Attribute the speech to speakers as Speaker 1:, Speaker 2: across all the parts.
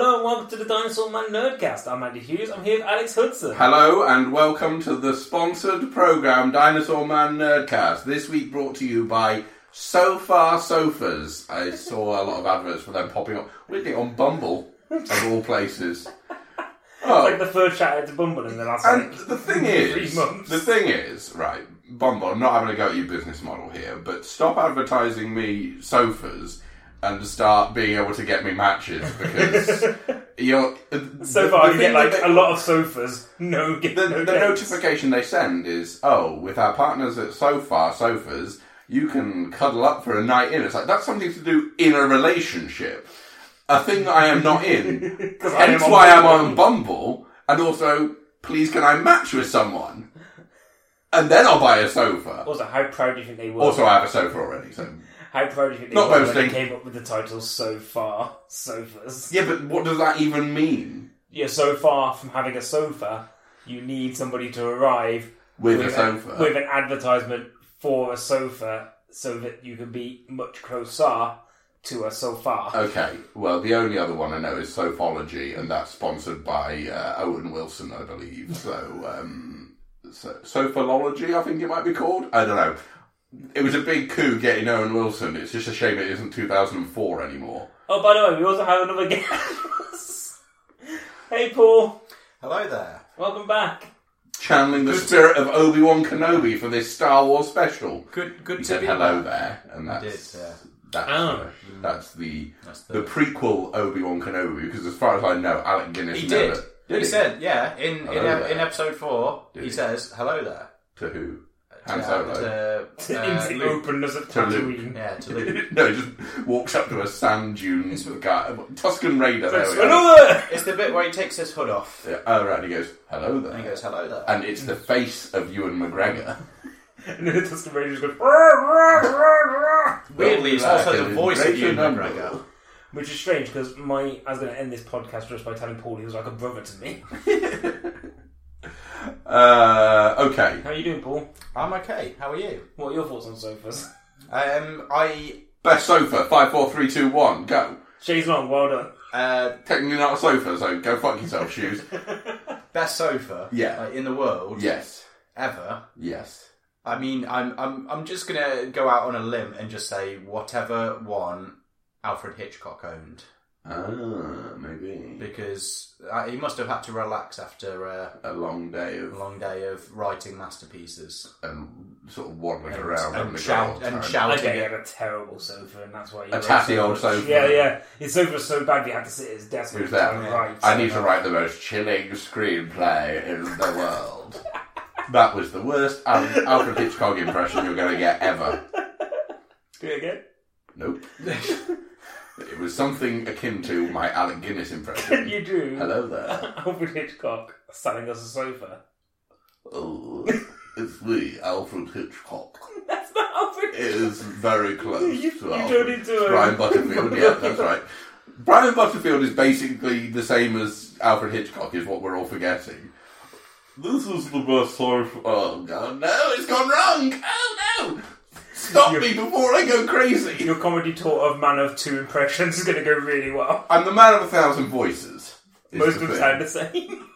Speaker 1: the Dinosaur Man Nerdcast. I'm Andy Hughes. I'm here with Alex Hudson.
Speaker 2: Hello and welcome to the sponsored program Dinosaur Man Nerdcast. This week brought to you by So Far Sofas. I saw a lot of adverts for them popping up. Weirdly on Bumble of all places.
Speaker 1: Like
Speaker 2: Oh,
Speaker 1: the third shout out to Bumble in the last
Speaker 2: and
Speaker 1: like,
Speaker 2: the thing
Speaker 1: three
Speaker 2: is,
Speaker 1: months.
Speaker 2: the thing is, right, Bumble. I'm not having a go at your business model here, but stop advertising me sofas and start being able to get me matches because you're
Speaker 1: so
Speaker 2: the-
Speaker 1: far,
Speaker 2: the
Speaker 1: you
Speaker 2: thing
Speaker 1: get like
Speaker 2: that they-
Speaker 1: a lot of sofas. No, get
Speaker 2: the,
Speaker 1: no
Speaker 2: the
Speaker 1: dates.
Speaker 2: notification they send is, oh, with our partners at Sofa Sofas, you can cuddle up for a night in. It's like that's something to do in a relationship, a thing that I am not in.
Speaker 1: 'Cause I am
Speaker 2: Hence
Speaker 1: on
Speaker 2: why I'm
Speaker 1: Bumble.
Speaker 2: on Bumble, and also, please can I match with someone, and then I'll buy a sofa.
Speaker 1: Also, how proud do you think they were?
Speaker 2: Also, I have a sofa already, so
Speaker 1: how proud do you think they
Speaker 2: Not
Speaker 1: were when they
Speaker 2: boasting.
Speaker 1: came up with the title so far sofas?
Speaker 2: yeah. But what does that even mean
Speaker 1: You're so far from having a sofa, you need somebody to arrive
Speaker 2: with, a
Speaker 1: with
Speaker 2: sofa?
Speaker 1: with an advertisement for a sofa so that you can be much closer to a sofa.
Speaker 2: Okay, well, the only other one I know is Sophology, and that's sponsored by uh, Owen Wilson, I believe. So, um, so, Sophology, I think it might be called. I don't know. It was a big coup getting Owen Wilson. It's just a shame it isn't 2004 anymore.
Speaker 1: Oh, by the way, we also have another guest. hey, Paul.
Speaker 3: Hello there.
Speaker 1: Welcome
Speaker 2: Uh,
Speaker 1: back.
Speaker 2: Channeling the spirit of Obi Wan Kenobi for this Star Wars special.
Speaker 3: Good, good
Speaker 2: He
Speaker 3: to
Speaker 2: said
Speaker 3: be
Speaker 2: hello
Speaker 3: back.
Speaker 2: there, and that's
Speaker 3: did, yeah. Mm.
Speaker 2: that's,
Speaker 1: Oh.
Speaker 2: the, that's the
Speaker 3: That's the-
Speaker 2: the prequel Obi Wan Kenobi. Because as far as I know, Alec Guinness
Speaker 3: He
Speaker 2: never
Speaker 3: did.
Speaker 2: did
Speaker 3: he said, yeah, in in,
Speaker 2: Hello
Speaker 3: ep-
Speaker 2: there.
Speaker 3: in episode four,
Speaker 2: Did
Speaker 3: he
Speaker 2: he?
Speaker 3: says hello there.
Speaker 2: to who.
Speaker 3: To,
Speaker 2: Han Solo.
Speaker 3: to, uh,
Speaker 1: Into the
Speaker 3: Luke.
Speaker 1: openness of
Speaker 2: to Luke.
Speaker 1: Tatooine.
Speaker 3: Yeah, to Luke.
Speaker 2: no, he just walks up to a sand dune guy. Tuscan Raider. There we go.
Speaker 1: Another!
Speaker 3: it's the bit where he takes his hood off
Speaker 2: Yeah, Oh, right. He goes, hello there.
Speaker 3: and he goes, hello there.
Speaker 2: And it's the face of Ewan McGregor.
Speaker 1: And then the Tusken Raiders goes, "Rah, rah, rah, rah,"
Speaker 3: Weirdly, it's also the
Speaker 2: Like,
Speaker 3: voice of
Speaker 2: greater
Speaker 3: Ewan
Speaker 2: number.
Speaker 3: McGregor.
Speaker 1: which is strange because my I was going to end this podcast just by telling Paul he was like a brother to me.
Speaker 2: Uh, okay.
Speaker 1: How are you doing, Paul?
Speaker 3: I'm okay. How are you?
Speaker 1: What are your thoughts on sofas?
Speaker 3: Um, I
Speaker 2: Best sofa, Five, four, three, two, one. Go.
Speaker 1: Shades long, well done.
Speaker 3: uh,
Speaker 2: Technically not a sofa, so go fuck yourself, shoes.
Speaker 3: best sofa
Speaker 2: Yeah.
Speaker 3: like, in the world
Speaker 2: Yes.
Speaker 3: ever.
Speaker 2: Yes.
Speaker 3: I mean, I'm I'm I'm just gonna go out on a limb and just say whatever one Alfred Hitchcock owned.
Speaker 2: Ah, maybe.
Speaker 3: because uh, he must have had to relax after uh,
Speaker 2: A long day
Speaker 3: a
Speaker 2: of
Speaker 3: long day of writing masterpieces
Speaker 2: um, sort of waddling
Speaker 3: and,
Speaker 2: around. having a
Speaker 3: and,
Speaker 2: good
Speaker 3: shout,
Speaker 2: old
Speaker 3: and
Speaker 2: time.
Speaker 1: I
Speaker 3: shouting.
Speaker 1: bet you
Speaker 3: at-
Speaker 1: had a terrible sofa, and that's why you
Speaker 2: A
Speaker 1: wrote
Speaker 2: tatty
Speaker 1: so
Speaker 2: old
Speaker 1: much.
Speaker 2: sofa.
Speaker 1: Yeah, yeah. His sofa was so bad you had to sit at his desk
Speaker 2: Who's
Speaker 1: all the
Speaker 2: that?
Speaker 1: time,
Speaker 3: Yeah.
Speaker 1: right?
Speaker 2: I need to write the most chilling screenplay in the world. that was the worst Al- Alfred Hitchcock impression you're going to get ever.
Speaker 1: Do it again.
Speaker 2: Nope. It was something akin to my Alec Guinness
Speaker 1: Can
Speaker 2: impression.
Speaker 1: you do
Speaker 2: Hello there.
Speaker 1: Alfred Hitchcock selling us a sofa?
Speaker 2: Oh, it's me, Alfred Hitchcock.
Speaker 1: That's not Alfred.
Speaker 2: It is very close
Speaker 1: You-
Speaker 2: to
Speaker 1: you
Speaker 2: Alfred.
Speaker 1: don't need to, um,
Speaker 2: Brian Butterfield, yeah, that's right. Brian Butterfield is basically the same as Alfred Hitchcock, is what we're all forgetting. This is the best source. Oh god, no, it's gone wrong! Oh no! Stop me before I go crazy!
Speaker 1: Your comedy tour of Man of Two Impressions is going to go really well.
Speaker 2: I'm the man of a thousand voices. is
Speaker 1: Most
Speaker 2: the
Speaker 1: of them
Speaker 2: thing.
Speaker 1: sound the same.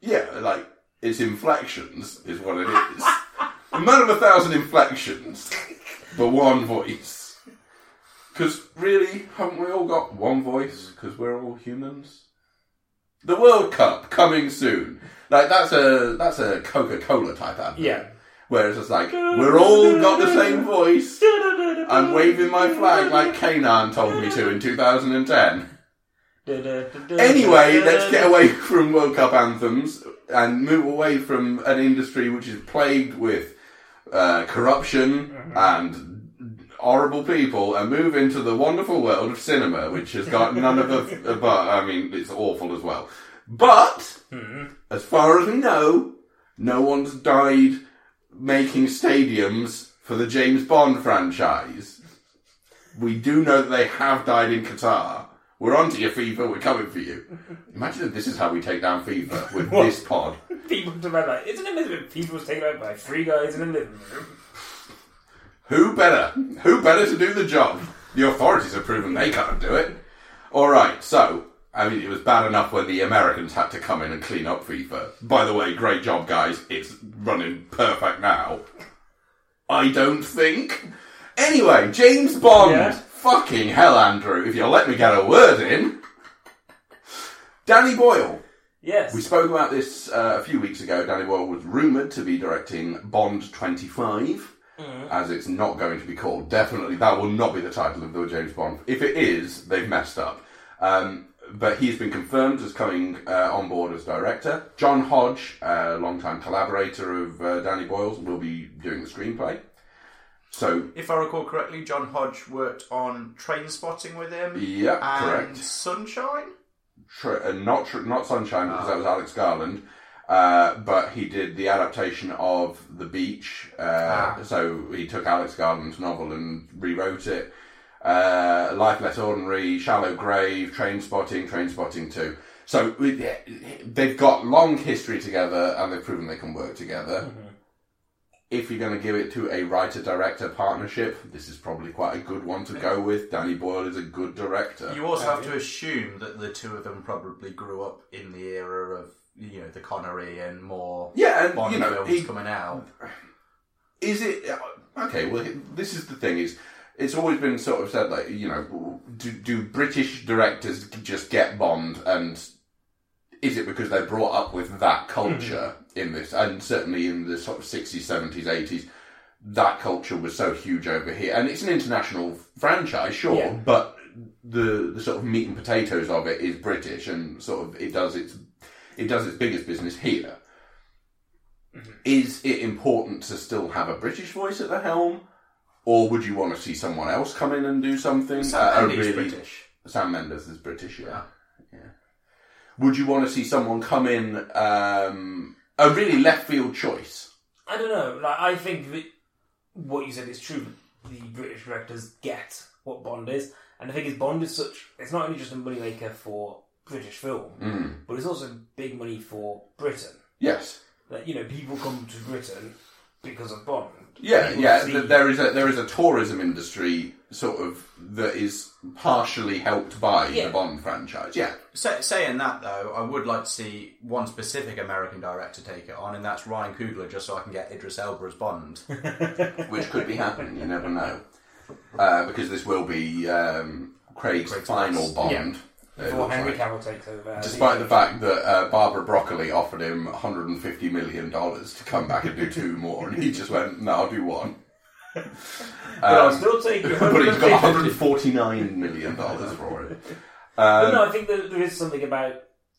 Speaker 2: Yeah, like, it's inflections, is what it is. the man of a thousand inflections, but one voice. Because really, haven't we all got one voice? Because we're all humans. The World Cup coming soon. Like that's a that's a Coca Cola type advert.
Speaker 1: Yeah.
Speaker 2: Where it's just like we're all got the same voice. I'm waving my flag like Kanan told me to in 2010. Anyway, let's get away from World Cup anthems and move away from an industry which is plagued with uh, corruption and horrible people and move into the wonderful world of cinema, which has got none of the. But, I mean, it's awful as well. But, as far as we know, no one's died making stadiums for the James Bond franchise. We do know that they have died in Qatar. We're onto you, FIFA. We're coming for you. Imagine if this is how we take down FIFA with this pod.
Speaker 1: People to my life. Isn't it miserable? People was taken out by three guys in a living room.
Speaker 2: Who better? Who better to do the job? The authorities have proven they can't do it. All right. So I mean, it was bad enough when the Americans had to come in and clean up FIFA. By the way, great job, guys. It's running perfect now. I don't think. Anyway, James Bond.
Speaker 1: Yeah.
Speaker 2: Fucking hell, Andrew. If you'll let me get a word in. Danny Boyle.
Speaker 1: Yes.
Speaker 2: We spoke about this uh, a few weeks ago. Danny Boyle was rumoured to be directing Bond 25, as it's not going to be called. Definitely, that will not be the title of the James Bond. If it is, they've messed up. Um, but he's been confirmed as coming uh, on board as director. John Hodge, a longtime collaborator of uh, Danny Boyle's, will be doing the screenplay. So,
Speaker 3: If I recall correctly, John Hodge worked on Train Spotting with him
Speaker 2: yeah,
Speaker 3: and
Speaker 2: correct.
Speaker 3: Sunshine.
Speaker 2: Tr- uh, not tr- not Sunshine because that
Speaker 3: Ah.
Speaker 2: was Alex Garland, uh, but he did the adaptation of The Beach. Uh,
Speaker 3: Ah.
Speaker 2: So he took Alex Garland's novel and rewrote it. Uh, Life Less Ordinary, Shallow Grave, Train Spotting, Train Spotting Two. So we- they've got long history together, and they've proven they can work together.
Speaker 1: Mm-hmm.
Speaker 2: If you're going to give it to a writer director partnership, this is probably quite a good one to go with. Danny Boyle is a good director.
Speaker 3: You also have to assume that the two of them probably grew up in the era of you know the Connery and more
Speaker 2: yeah, and
Speaker 3: Bond
Speaker 2: you know,
Speaker 3: films
Speaker 2: he-
Speaker 3: coming out.
Speaker 2: Um, is it uh, okay? Well, this is the thing: is it's always been sort of said like you know, do, do British directors just get Bond, and is it because they're brought up with that culture in this, and certainly in the sort of sixties, seventies, eighties, that culture was so huge over here, and it's an international franchise, sure,
Speaker 1: Yeah.
Speaker 2: but the the sort of meat and potatoes of it is British, and sort of it does its it does its biggest business here is it important to still have a British voice at the helm, or would you want to see someone else come in and do something? Uh, a
Speaker 3: Sam Mendes
Speaker 2: really-
Speaker 3: British.
Speaker 2: Sam Mendes is British, yeah.
Speaker 3: Yeah.
Speaker 2: Yeah. Would you want to see someone come in um, a really left field choice?
Speaker 1: I don't know. Like, I think that what you said is true. The British directors get what Bond is, and the thing is, Bond is such. It's not only just a moneymaker for British film,
Speaker 2: Mm.
Speaker 1: but it's also big money for Britain.
Speaker 2: Yes.
Speaker 1: That you know, people come to Britain because of Bond.
Speaker 2: Yeah,
Speaker 1: People
Speaker 2: yeah.
Speaker 1: see-
Speaker 2: th- There is a there is a tourism industry sort of that is partially helped by
Speaker 1: Yeah.
Speaker 2: the Bond franchise. Yeah.
Speaker 3: Say, saying that though, I would like to see one specific American director take it on, and that's Ryan Coogler, just so I can get Idris Elba as Bond.
Speaker 2: which could be happening. You never know, uh, because this will be um, Craig's,
Speaker 3: Craig's
Speaker 2: final
Speaker 3: last.
Speaker 2: bond.
Speaker 1: Yeah.
Speaker 2: it
Speaker 1: Before
Speaker 2: looks
Speaker 1: Henry
Speaker 2: like.
Speaker 1: Cavill takes over.
Speaker 2: Despite the fact that uh, Barbara Broccoli offered him 150 million dollars to come back and do two more, and he just went, "No, I'll do one."
Speaker 1: but I'll
Speaker 2: Um,
Speaker 1: still take.
Speaker 2: but he's
Speaker 1: 150.
Speaker 2: got 149 million dollars for it.
Speaker 1: But
Speaker 2: Um,
Speaker 1: no, I think that there is something about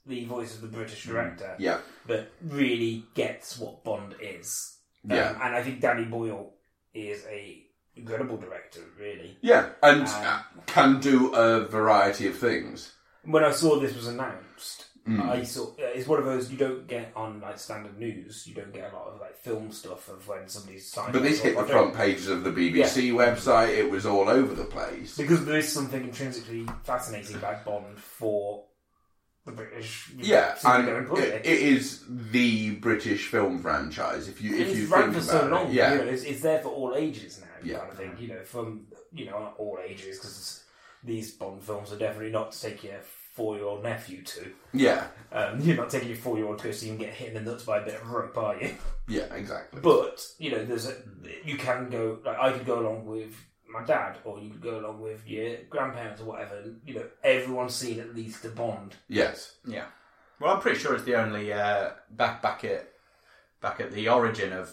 Speaker 1: the voice of the British director
Speaker 2: yeah,
Speaker 1: that really gets what Bond is. Um,
Speaker 2: yeah.
Speaker 1: and I think Danny Boyle is a incredible director, really.
Speaker 2: Yeah, and
Speaker 1: Um,
Speaker 2: uh, can do a variety of things.
Speaker 1: When I saw this was announced,
Speaker 2: Mm.
Speaker 1: I saw uh, it's one of those you don't get on like standard news. You don't get a lot of like film stuff of when somebody's signed.
Speaker 2: But
Speaker 1: up
Speaker 2: this
Speaker 1: or
Speaker 2: hit the
Speaker 1: whatever.
Speaker 2: front pages of the BBC website. It was all over the place.
Speaker 1: because there is something intrinsically fascinating about Bond for the British.
Speaker 2: Yeah,
Speaker 1: since
Speaker 2: and
Speaker 1: they're in public.
Speaker 2: it, it is the British film franchise. If you
Speaker 1: And
Speaker 2: if
Speaker 1: it's
Speaker 2: you
Speaker 1: ran
Speaker 2: think
Speaker 1: for
Speaker 2: about
Speaker 1: so long.
Speaker 2: it, yeah,
Speaker 1: you know, it's, it's there for all ages now.
Speaker 2: Yeah.
Speaker 1: kind of thing. You know, from you know not all ages because these Bond films are definitely not to take your four-year-old nephew to.
Speaker 2: yeah,
Speaker 1: Um, you're not taking your four-year-old to go see him get hit in the nuts by a bit of rope, are you?
Speaker 2: yeah, exactly.
Speaker 1: But you know, there's a you can go like I could go along with my dad, or you could go along with your grandparents or whatever. And, you know, everyone's seen at least a Bond.
Speaker 2: yes,
Speaker 3: yeah. Well, I'm pretty sure it's the only uh, back back at back at the origin of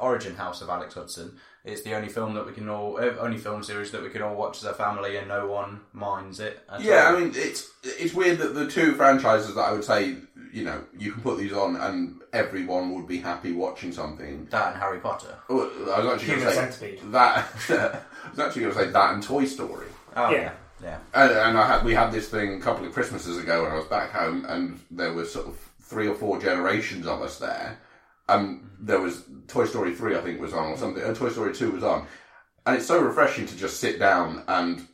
Speaker 3: origin house of Alex Hudson. It's the only film that we can all uh, only film series that we can all watch as a family, and no one minds it. at
Speaker 2: yeah.
Speaker 3: all.
Speaker 2: I mean, it's it's weird that the two franchises that I would say you know you can put these on and everyone would be happy watching something.
Speaker 3: that and Harry Potter.
Speaker 2: Oh, I was actually
Speaker 1: Human
Speaker 2: going to say
Speaker 1: Centipede.
Speaker 2: that. I was actually going to say that and Toy Story.
Speaker 3: Oh,
Speaker 1: Yeah.
Speaker 3: yeah, yeah.
Speaker 2: And, and I had, we had this thing a couple of Christmases ago when I was back home, and there were sort of three or four generations of us there. Um, there was Toy Story three, I think, was on or something. And Toy Story two was on, and it's so refreshing to just sit down and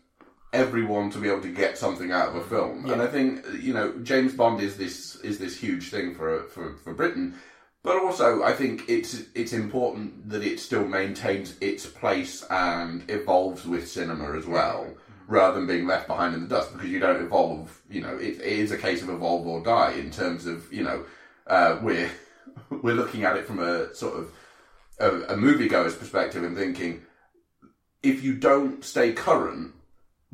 Speaker 2: everyone to be able to get something out of a film. And I think you know James Bond is this is this huge thing for for for Britain. But also, I think it's it's important that it still maintains its place and evolves with cinema as well, rather than being left behind in the dust because you don't evolve. You know, it, it is a case of evolve or die in terms of you know uh, we're we're looking at it from a sort of a, a moviegoer's perspective and thinking if you don't stay current,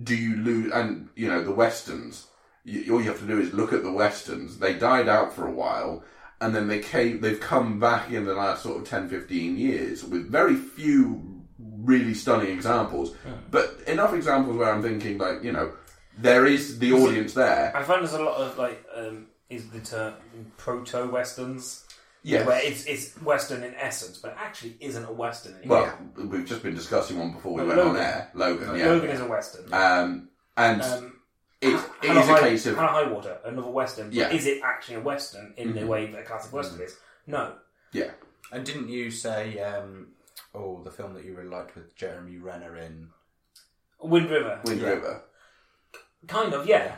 Speaker 2: do you lose? And you know the westerns. You, all you have to do is look at the westerns. They died out for a while, and then they came. They've come back in the last sort of 10, 15 years with very few really stunning examples, but enough examples where I'm thinking like you know there is the audience there.
Speaker 1: I find there's a lot of like um, is the term proto westerns.
Speaker 2: Yes.
Speaker 1: Where it's it's western in essence, but it actually isn't a western anymore.
Speaker 2: Well, we've just been discussing one before we
Speaker 1: Like
Speaker 2: went on
Speaker 1: Logan.
Speaker 2: air. Logan, yeah.
Speaker 1: Logan is a western.
Speaker 2: Um, and
Speaker 1: Um,
Speaker 2: it, it
Speaker 1: Hannah
Speaker 2: is a
Speaker 1: High-
Speaker 2: case of
Speaker 1: Hannah High Water, another western. But
Speaker 2: Yeah. Mm-hmm.
Speaker 1: Is it actually a western in the way that a classic western is? No.
Speaker 2: yeah.
Speaker 3: And didn't you say, um, oh, the film that you really liked with Jeremy Renner in?
Speaker 1: Wind River.
Speaker 2: Wind
Speaker 3: Yeah.
Speaker 2: River.
Speaker 1: Kind of, yeah.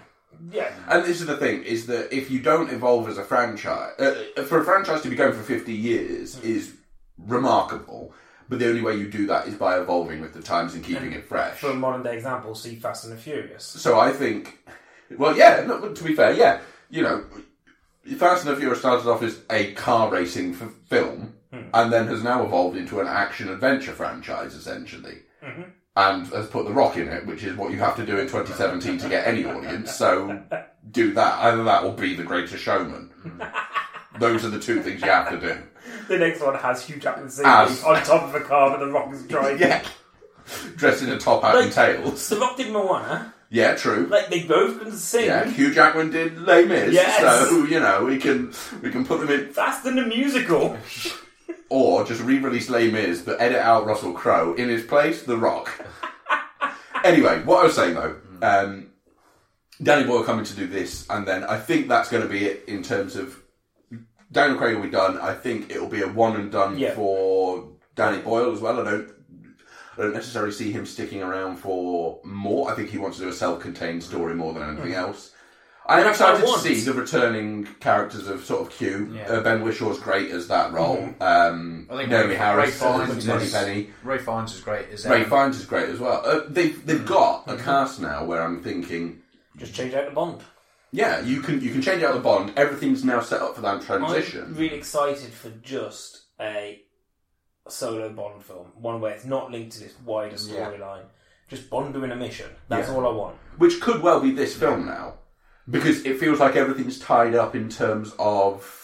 Speaker 1: Yeah.
Speaker 2: And this is the thing: is that if you don't evolve as a franchise, uh, for a franchise to be going for fifty years is remarkable. But the only way you do that is by evolving with the times and keeping it fresh.
Speaker 1: For a modern day example, see Fast and the Furious.
Speaker 2: So I think, well, yeah. No, to be fair, yeah. You know, Fast and the Furious started off as a car racing f- film, and then has now evolved into an action adventure franchise, essentially. And has put The Rock in it, which is what you have to do in 2017 to get any audience. So do that. Either that or be the greatest showman. Those are the two things you have to do.
Speaker 1: The next one has Hugh Jackman singing
Speaker 2: As-
Speaker 1: on top of a car that the rock is driving.
Speaker 2: Yeah. Dressed in a top hat and
Speaker 1: Like-
Speaker 2: tails.
Speaker 1: So the rock did Moana.
Speaker 2: Yeah, true.
Speaker 1: Like they both can sing.
Speaker 2: Yeah, Hugh Jackman did Les Mis,
Speaker 1: Yes.
Speaker 2: so you know we can we can put them in,
Speaker 1: Fast and the musical.
Speaker 2: or just re-release Les Mis, but edit out Russell Crowe in his place, The Rock. anyway, what I was saying though,
Speaker 1: Hmm.
Speaker 2: um, Danny Boyle coming to do this, and then I think that's going to be it in terms of Daniel Craig will be done. I think it will be a one and done
Speaker 1: Yeah.
Speaker 2: for Danny Boyle as well. I don't. I don't necessarily see him sticking around for more. I think he wants to do a self-contained story more than anything else. I am
Speaker 1: Hmm. That's what I
Speaker 2: excited to
Speaker 1: want.
Speaker 2: see the returning characters of sort of Q.
Speaker 3: Yeah. Mm-hmm.
Speaker 2: Uh, ben Wishaw's great as that role. Um,
Speaker 3: I think
Speaker 2: Naomi
Speaker 3: Ray
Speaker 2: Harris,
Speaker 3: Fiennes
Speaker 2: as
Speaker 3: is-
Speaker 2: Money Penny.
Speaker 3: Ray Fiennes is great as um,
Speaker 2: Ray Fiennes is great as well. Uh, they've
Speaker 3: Mm-hmm.
Speaker 2: they've got a cast now where I'm thinking,
Speaker 1: Just change out the Bond.
Speaker 2: yeah, you can you can change out the Bond. Everything's now set up for that
Speaker 1: I'm
Speaker 2: transition.
Speaker 1: really excited for just a solo Bond film, one where it's not linked to this wider
Speaker 3: Yeah.
Speaker 1: storyline. Just Bond doing a mission. That's
Speaker 2: Yeah.
Speaker 1: all I want.
Speaker 2: which could well be this film now, because it feels like everything's tied up in terms of,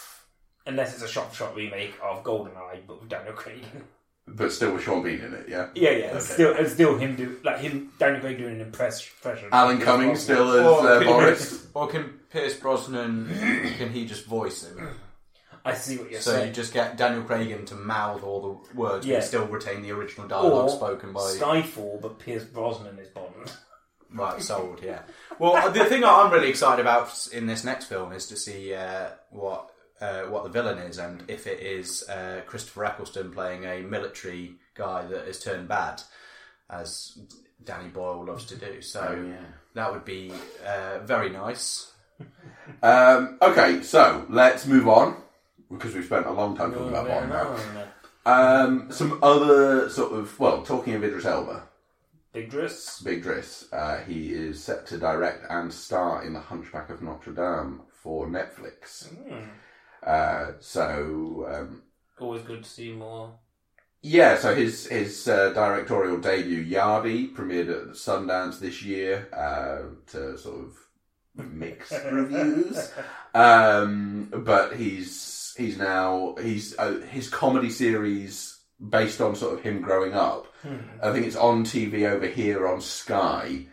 Speaker 1: Unless it's a shot-for-shot remake of GoldenEye, but with Daniel Craig.
Speaker 2: but still with Sean Bean in it. Yeah,
Speaker 1: yeah, yeah. It's still, it's still him do like him Daniel Craig doing an impress- impression.
Speaker 2: Alan Cummings still as
Speaker 3: Or
Speaker 2: uh,
Speaker 3: can-
Speaker 2: Boris.
Speaker 3: Or can Pierce Brosnan, can he just voice him?
Speaker 1: I see what you're
Speaker 3: So you
Speaker 1: saying.
Speaker 3: just get Daniel Craig in to mouth all the words,
Speaker 1: Yeah.
Speaker 3: but still retain the original dialogue
Speaker 1: Or
Speaker 3: spoken by.
Speaker 1: Skyfall, but Pierce Brosnan is Bond.
Speaker 3: Right, sold, yeah. Well, the thing that I'm really excited about in this next film is to see uh, what uh, what the villain is and if it is uh, Christopher Eccleston playing a military guy that has turned bad, as Danny Boyle loves to do. So that would be uh, very nice.
Speaker 2: Um, okay, so let's move on because we've spent a long time talking about Bond now. Um, some other sort of well, talking of Idris Elba,
Speaker 1: Big dress.
Speaker 2: Big Driss. Uh, he is set to direct and star in The Hunchback of Notre Dame for Netflix. Uh, so um,
Speaker 1: Hmm. Always good to see more.
Speaker 2: yeah, so his his uh, directorial debut Yardi premiered at Sundance this year uh, to sort of mixed reviews. Um, but he's he's now he's uh, his comedy series based on sort of him growing up.
Speaker 1: Hmm.
Speaker 2: I think it's on TV over here on Sky,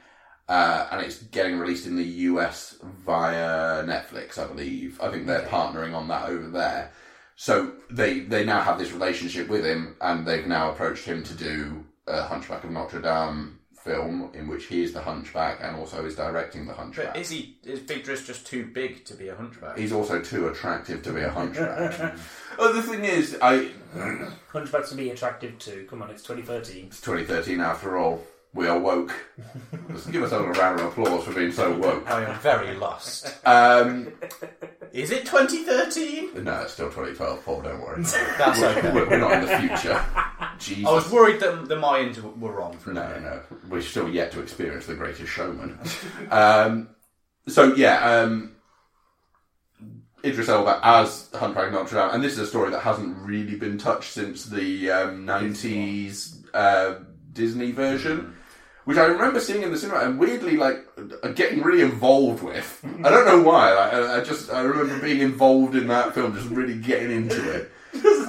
Speaker 2: uh, and it's getting released in the US via Netflix, I believe. I think they're partnering on that over there. So they they now have this relationship with him, and they've now approached him to do a Hunchback of Notre Dame film in which he is the Hunchback and also is directing the Hunchback.
Speaker 3: But is he is Big Driss just too big to be a hunchback?
Speaker 2: He's also too attractive to be a hunchback. oh, the thing is, I
Speaker 1: Hunchbacks will be attractive too. Come on, it's 2013.
Speaker 2: it's 2013 after all. We are woke. Let's give ourselves a round of applause for being so woke.
Speaker 3: I am very lost.
Speaker 2: Um,
Speaker 3: Is it 2013?
Speaker 2: no, it's still 2012, Paul. Don't worry.
Speaker 3: That's okay.
Speaker 2: We're, we're not in the future. Jesus.
Speaker 3: I was worried that the Mayans w- were wrong for a
Speaker 2: No,
Speaker 3: minute.
Speaker 2: no, we're still yet to experience the greatest showman. um, so yeah, um, Idris Elba as Hunchback of Notre Dame, and this is a story that hasn't really been touched since the um, '90s uh, Disney version. Which I remember seeing in the cinema and weirdly like uh, getting really involved with. I don't know why. Like, I, I just I remember being involved in that film, just really getting into it.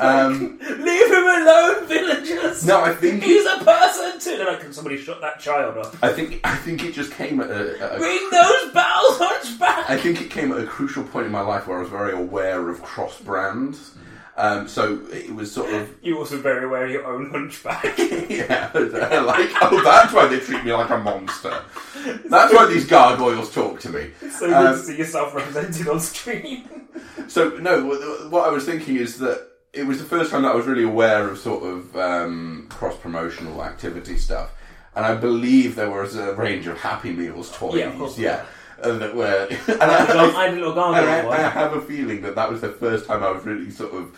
Speaker 2: Um,
Speaker 1: Leave him alone, villagers!
Speaker 2: no, I think
Speaker 1: He's a person too! Then I can somebody shut that child up.
Speaker 2: I think I think it just came at a, at a
Speaker 1: Bring those bells on back!
Speaker 2: I think it came at a crucial point in my life where I was very aware of cross brands. Um, so it was sort of
Speaker 1: You're also very aware of your own hunchback.
Speaker 2: yeah, like oh, that's why they treat me like a monster. That's why these gargoyles talk to me.
Speaker 1: so good
Speaker 2: Um,
Speaker 1: to see yourself represented on screen.
Speaker 2: So no, wh- what I was thinking is that it was the first time that I was really aware of sort of um, cross promotional activity stuff, and I believe there was a range of Happy Meals toys.
Speaker 1: Yeah, of course.
Speaker 2: yeah. And that were, and
Speaker 1: I had a
Speaker 2: I,
Speaker 1: gar- I had a little gargoyle
Speaker 2: And I, I
Speaker 1: one.
Speaker 2: have a feeling that that was the first time I was really sort of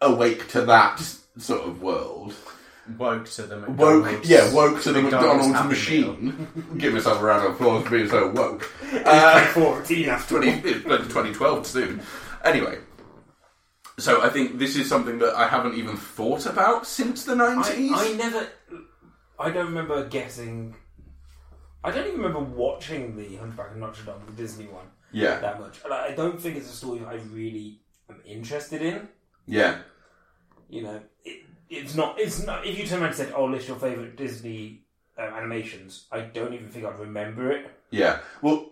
Speaker 2: awake to that sort of world.
Speaker 3: Woke to the
Speaker 2: Woke,
Speaker 3: McDonald's.
Speaker 2: yeah, woke to the
Speaker 3: McDonald's
Speaker 2: McDonald's,
Speaker 3: Happy
Speaker 2: machine. Give myself a round of applause for being so woke. Uh,
Speaker 1: 14 after
Speaker 2: 20, it's bloody 2012 soon. Anyway, so I think this is something that I haven't even thought about since the 90s.
Speaker 1: I, I never. I don't remember getting. I don't even remember watching the Hunchback of Notre Dame, the Disney one,
Speaker 2: yeah,
Speaker 1: that much. And I I don't think it's a story that I really am interested in.
Speaker 2: yeah,
Speaker 1: You know, it, it's not. It's not. If you turned around and said, "Oh, list your favorite Disney um, animations," I don't even think I'd remember it.
Speaker 2: yeah. Well,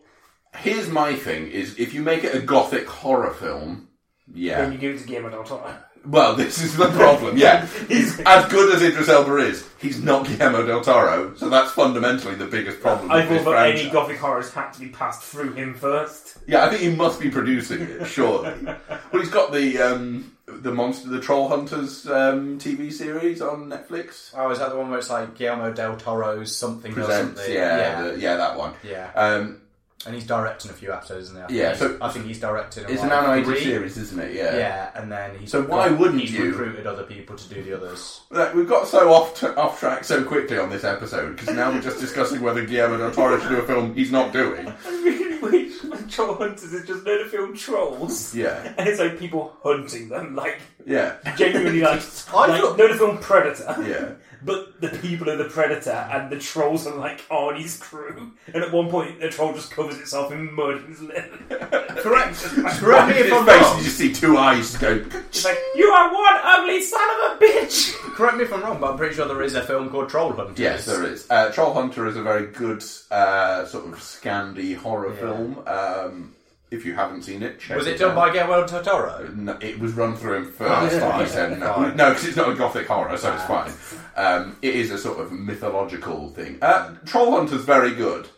Speaker 2: here's my thing: is if you make it a gothic horror film, yeah,
Speaker 1: When you give it to Guillermo del Toro,
Speaker 2: Well, this is the problem. Yeah, he's as good as Idris Elba is. He's not Guillermo del Toro, so that's fundamentally the biggest problem.
Speaker 1: I
Speaker 2: with this
Speaker 1: thought that any
Speaker 2: franchise.
Speaker 1: gothic horrors had to be passed through him first.
Speaker 2: yeah, I think he must be producing it. Surely. well, he's got the um, the monster, the Troll Hunters um, TV series on Netflix.
Speaker 3: Oh, is that the one where it's like Guillermo del Toro's something or
Speaker 2: Presents,
Speaker 3: something?
Speaker 2: yeah,
Speaker 3: yeah.
Speaker 2: the- yeah, that one.
Speaker 3: Yeah.
Speaker 2: Um,
Speaker 3: and he's directing a few episodes, isn't he? I think
Speaker 2: Yeah,
Speaker 3: he's-
Speaker 2: so-
Speaker 3: I think he's directed.
Speaker 2: it's an
Speaker 3: like
Speaker 2: animated
Speaker 3: three.
Speaker 2: series, isn't it?
Speaker 3: Yeah. and then he's
Speaker 2: So why wouldn't
Speaker 3: he's
Speaker 2: you?
Speaker 3: recruited other people to do the others?
Speaker 2: Like, we've got so off t- off track so quickly on this episode because now we're just discussing whether Guillermo del Toro should do a film he's not doing.
Speaker 1: I really wish Troll Hunters had just known the film Trolls.
Speaker 2: Yeah,
Speaker 1: And it's like people hunting them, like
Speaker 2: yeah,
Speaker 1: genuinely like,
Speaker 3: I
Speaker 1: like
Speaker 3: thought-
Speaker 1: no the film Predator.
Speaker 2: yeah.
Speaker 1: But the people are the predator and the trolls are like Arnie's crew. And at one point the troll just covers itself in mud and is lit.
Speaker 3: Correct.
Speaker 2: Right
Speaker 3: Correct
Speaker 2: in his face, and you just see two eyes go.
Speaker 1: It's like, You are one ugly son of a bitch
Speaker 3: Correct me if I'm wrong, but I'm pretty sure there is a film called Troll Hunters.
Speaker 2: Yes, there is. Uh, Troll Hunter is a very good uh, sort of Scandi horror
Speaker 3: Yeah.
Speaker 2: film. Um, if you haven't seen it, check
Speaker 3: Was it
Speaker 2: out.
Speaker 3: done by Guillermo del Toro?
Speaker 2: No, it was run through him first.
Speaker 1: yeah.
Speaker 2: I said no,
Speaker 3: Fine.
Speaker 2: no, because it's not a gothic horror, so it's
Speaker 3: Ah.
Speaker 2: fine. Um, it is a sort of mythological thing. Uh, Troll Hunter's very good.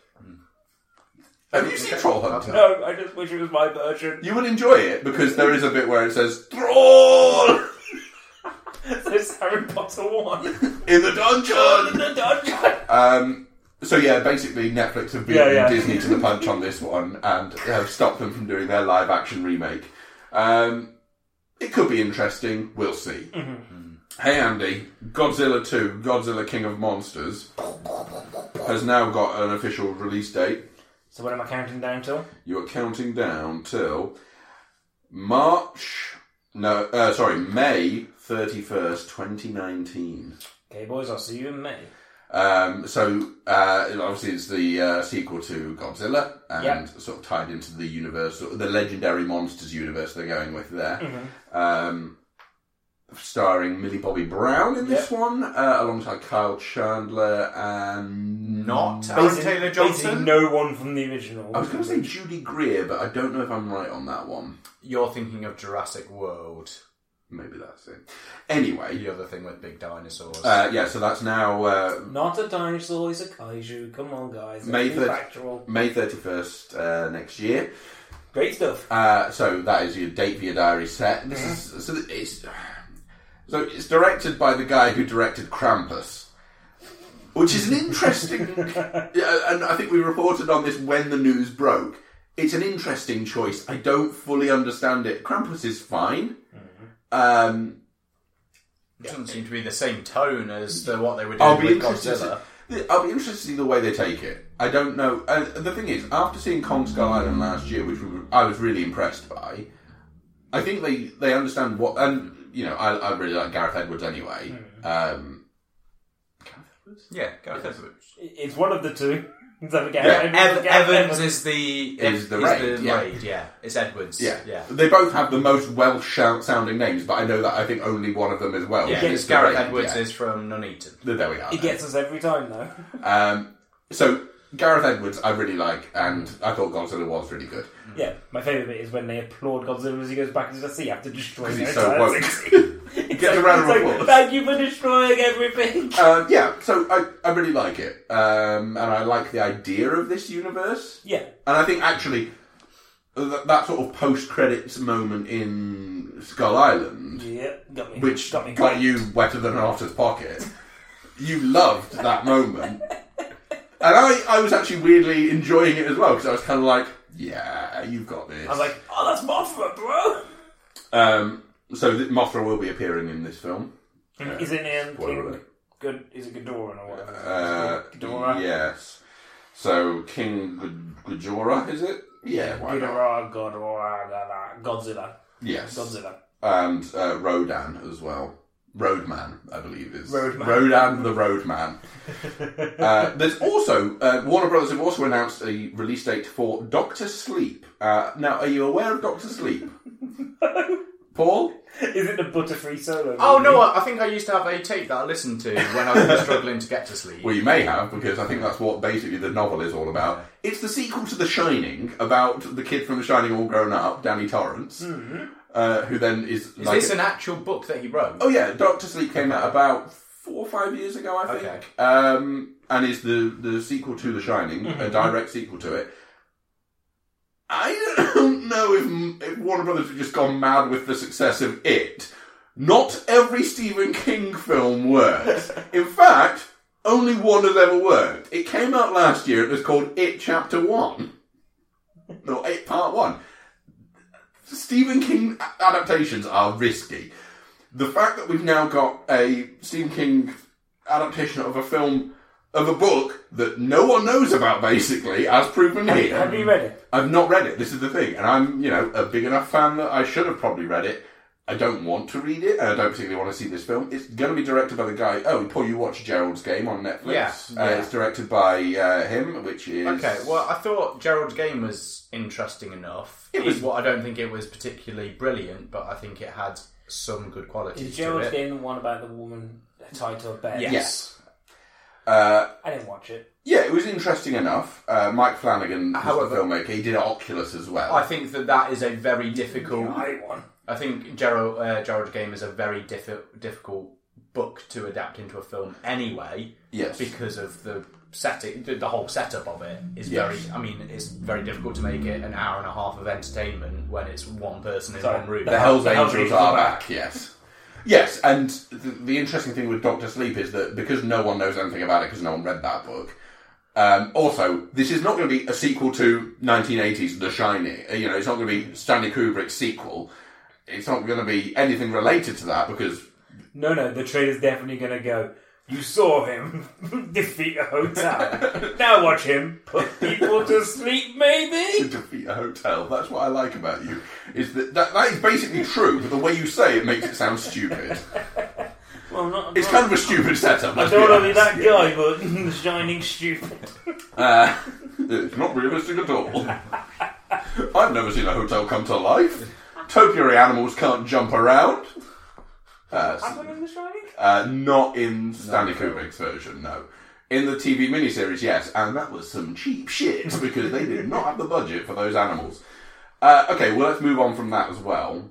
Speaker 2: Have you seen Troll Hunter?
Speaker 1: No, I just wish it was my version.
Speaker 2: You would enjoy it because there is a bit where it says "Troll"
Speaker 1: So it's Harry Potter one.
Speaker 2: in the dungeon.
Speaker 1: The dungeon.
Speaker 2: Um, so yeah, basically Netflix have beaten
Speaker 1: Yeah, yeah.
Speaker 2: Disney to the punch on this one and have stopped them from doing their live action remake. Um, it could be interesting. We'll see.
Speaker 1: Mm-hmm.
Speaker 2: Hey Andy, Godzilla 2, Godzilla King of Monsters has now got an official release date.
Speaker 1: So what am I counting down till?
Speaker 2: You are counting down till March, no, uh, sorry, May 31st, 2019.
Speaker 1: Okay boys, I'll see you in May.
Speaker 2: Um, so uh, obviously it's the uh, sequel to Godzilla, and
Speaker 1: Yeah.
Speaker 2: sort of tied into the universe, the legendary monsters universe they're going with there. Um, starring Millie Bobby Brown in this one, uh, alongside Kyle Chandler and
Speaker 3: Not Aaron
Speaker 1: Basically-
Speaker 3: Taylor
Speaker 1: basically
Speaker 3: Johnson.
Speaker 1: no one from the original.
Speaker 2: I was going to say Judy Greer, but I don't know if I'm right on that one.
Speaker 3: You're thinking of Jurassic World,
Speaker 2: Maybe that's it. Anyway,
Speaker 3: the other thing with big dinosaurs.
Speaker 2: uh, yeah. So that's now uh,
Speaker 1: Not a dinosaur, he's a kaiju. Come on guys.
Speaker 2: May
Speaker 1: Let's be
Speaker 2: third-
Speaker 1: factual.
Speaker 2: May thirty first uh, next year.
Speaker 1: Great stuff.
Speaker 2: Uh, so that is your date for your diary set. This is so it's so it's directed by the guy who directed Krampus, which is an interesting. yeah, and I think we reported on this when the news broke. It's an interesting choice. I don't fully understand it. Krampus is fine. Um,
Speaker 3: It doesn't seem to be the same tone as the, what they were doing
Speaker 2: I'll be
Speaker 3: with
Speaker 2: interested.
Speaker 3: Godzilla.
Speaker 2: To, I'll be interested to see the way they take it. I don't know. And the thing is, after seeing Kong Skull Island last year, which we were, I was really impressed by, I think they they understand what. And you know, I, I really like Gareth Edwards anyway. Um, Gareth Edwards?
Speaker 3: Yeah, Gareth
Speaker 2: Yes.
Speaker 3: Edwards.
Speaker 1: It's one of the two. It's either Gareth Edwards
Speaker 2: Yeah,
Speaker 1: or
Speaker 3: Ev-
Speaker 1: Gareth
Speaker 3: Evans is the
Speaker 2: Is the raid, yeah.
Speaker 3: raid, yeah. It's Edwards.
Speaker 2: Yeah.
Speaker 3: yeah.
Speaker 2: They both have the most Welsh shout- sounding names, but I know that I think only one of them is Welsh.
Speaker 3: Oh, Yeah,
Speaker 1: gets
Speaker 3: it's
Speaker 2: the
Speaker 3: Gareth
Speaker 2: raid,
Speaker 3: Edwards
Speaker 2: yeah.
Speaker 3: is from Nuneaton.
Speaker 2: There we are.
Speaker 1: It gets us every time though.
Speaker 2: Um, so Gareth Edwards, I really like, and I thought Godzilla was really good
Speaker 1: Yeah, my favourite bit is when they applaud Godzilla as he goes back into the sea after destroying
Speaker 2: because he's
Speaker 1: their
Speaker 2: so
Speaker 1: entire
Speaker 2: woke.
Speaker 1: city. It's
Speaker 2: Get
Speaker 1: like-
Speaker 2: a round
Speaker 1: it's
Speaker 2: of
Speaker 1: like,
Speaker 2: applause.
Speaker 1: Thank you for destroying everything.
Speaker 2: Um, yeah, so I, I really like it, um, and I like the idea of this universe,
Speaker 1: Yeah,
Speaker 2: and I think actually that, that sort of post credits moment in Skull Island,
Speaker 1: yeah, got me.
Speaker 2: which
Speaker 1: got me.
Speaker 2: got you wetter than an oster's pocket, you loved that moment, and I, I was actually weirdly enjoying it as well because I was kind of like, yeah, you've got this.
Speaker 1: I was like, oh, that's Mothra, bro.
Speaker 2: um, so th- Mothra will be appearing in this film. Yeah.
Speaker 1: Is it in
Speaker 2: Spoiler
Speaker 1: King
Speaker 2: alert.
Speaker 1: Good? Is it Ghidorah or whatever?
Speaker 2: Uh,
Speaker 1: Ghidorah.
Speaker 2: Yes. So King Gu- Gujora, is it? Yeah. Why not?
Speaker 1: Ghidorah, Ghidorah, Ghidorah, Godzilla,
Speaker 2: Yes.
Speaker 1: Godzilla.
Speaker 2: And uh, Rodan as well. Roadman, I believe is
Speaker 1: Roadman.
Speaker 2: Rodan the Roadman. uh, there's also uh, Warner Brothers have also announced a release date for Doctor Sleep. Uh, now, are you aware of Doctor Sleep, Paul?
Speaker 1: Is it the Butterfree solo?
Speaker 3: Oh
Speaker 1: movie?
Speaker 3: no! I I think I used to have a tape that I listened to when I was struggling to get to sleep.
Speaker 2: Well, you may have, because I think that's what basically the novel is all about. It's the sequel to The Shining, about the kid from The Shining all grown up, Danny Torrance,
Speaker 1: Mm-hmm.
Speaker 2: uh, who then is.
Speaker 3: Is this an actual book that he wrote?
Speaker 2: oh, yeah, Doctor Sleep came out about four or five years ago, I think.
Speaker 3: Okay.
Speaker 2: Um, and is the, the sequel to The Shining,
Speaker 3: Mm-hmm,
Speaker 2: a direct sequel to it. I don't know if, if Warner Brothers have just gone mad with the success of it. Not every Stephen King film works. In fact, only one has ever worked. It came out last year. It was called It Chapter One, no, It Part One. Stephen King a- adaptations are risky. The fact that we've now got a Stephen King adaptation of a film of a book that no one knows about, basically, as proven here.
Speaker 1: Have you read it?
Speaker 2: I've not read it. This is the thing, and I'm you know a big enough fan that I should have probably read it. I don't want to read it, and I don't particularly want to see this film. It's going to be directed by the guy. Oh, Paul, you watch Gerald's Game on Netflix.
Speaker 3: Yeah,
Speaker 2: Uh,
Speaker 3: yeah.
Speaker 2: it's directed by uh, him, which is
Speaker 3: Okay. Well, I thought Gerald's game was interesting enough.
Speaker 2: It was-
Speaker 3: Well, I don't think it was particularly brilliant, but I think it had some good qualities
Speaker 1: Is
Speaker 3: to
Speaker 1: Gerald's
Speaker 3: it.
Speaker 1: game the one about the woman tied to a bed?
Speaker 3: Yes.
Speaker 2: Uh,
Speaker 1: I didn't watch it.
Speaker 2: yeah, it was interesting enough. Uh, Mike Flanagan, was
Speaker 3: However-
Speaker 2: the filmmaker, he did Oculus as well.
Speaker 3: I think that that is a very difficult.
Speaker 1: I one.
Speaker 3: I think Gerald uh, Gerald's game is a very diffi- difficult book to adapt into a film anyway.
Speaker 2: yes,
Speaker 3: because of the setting, the, the whole setup of it is
Speaker 2: Yes.
Speaker 3: very. I mean, it's very difficult to make it an hour and a half of entertainment when it's one person in
Speaker 1: Sorry.
Speaker 3: one room.
Speaker 2: the Hell's
Speaker 1: The Hell's
Speaker 2: Angels
Speaker 1: Angels
Speaker 2: are
Speaker 1: are
Speaker 2: back. Yes. Yes, and the, the interesting thing with Doctor Sleep is that because no one knows anything about it, because no one read that book. Um, also, this is not going to be a sequel to 1980s The Shining. Uh, You know, it's not going to be Stanley Kubrick's sequel. It's not going to be anything related to that because
Speaker 1: No, no, the trailer's definitely going to go. You saw him defeat a hotel. now watch him put people to sleep,
Speaker 2: to
Speaker 1: maybe?
Speaker 2: defeat a hotel. That's what I like about you. Is that that, that is basically true, but the way you say it makes it sound stupid.
Speaker 1: Well, not.
Speaker 2: It's kind of a stupid setup.
Speaker 1: I don't want to be that guy, but The Shining stupid.
Speaker 2: Uh, it's not realistic at all. I've never seen a hotel come to life. Topiary animals can't jump around. Uh, s-
Speaker 1: Happened in The Shining?
Speaker 2: uh, not in Stanley Kubrick's version, no. In the TV miniseries, yes, and that was some cheap shit because they did not have the budget for those animals. Uh, okay, well, let's move on from that as well.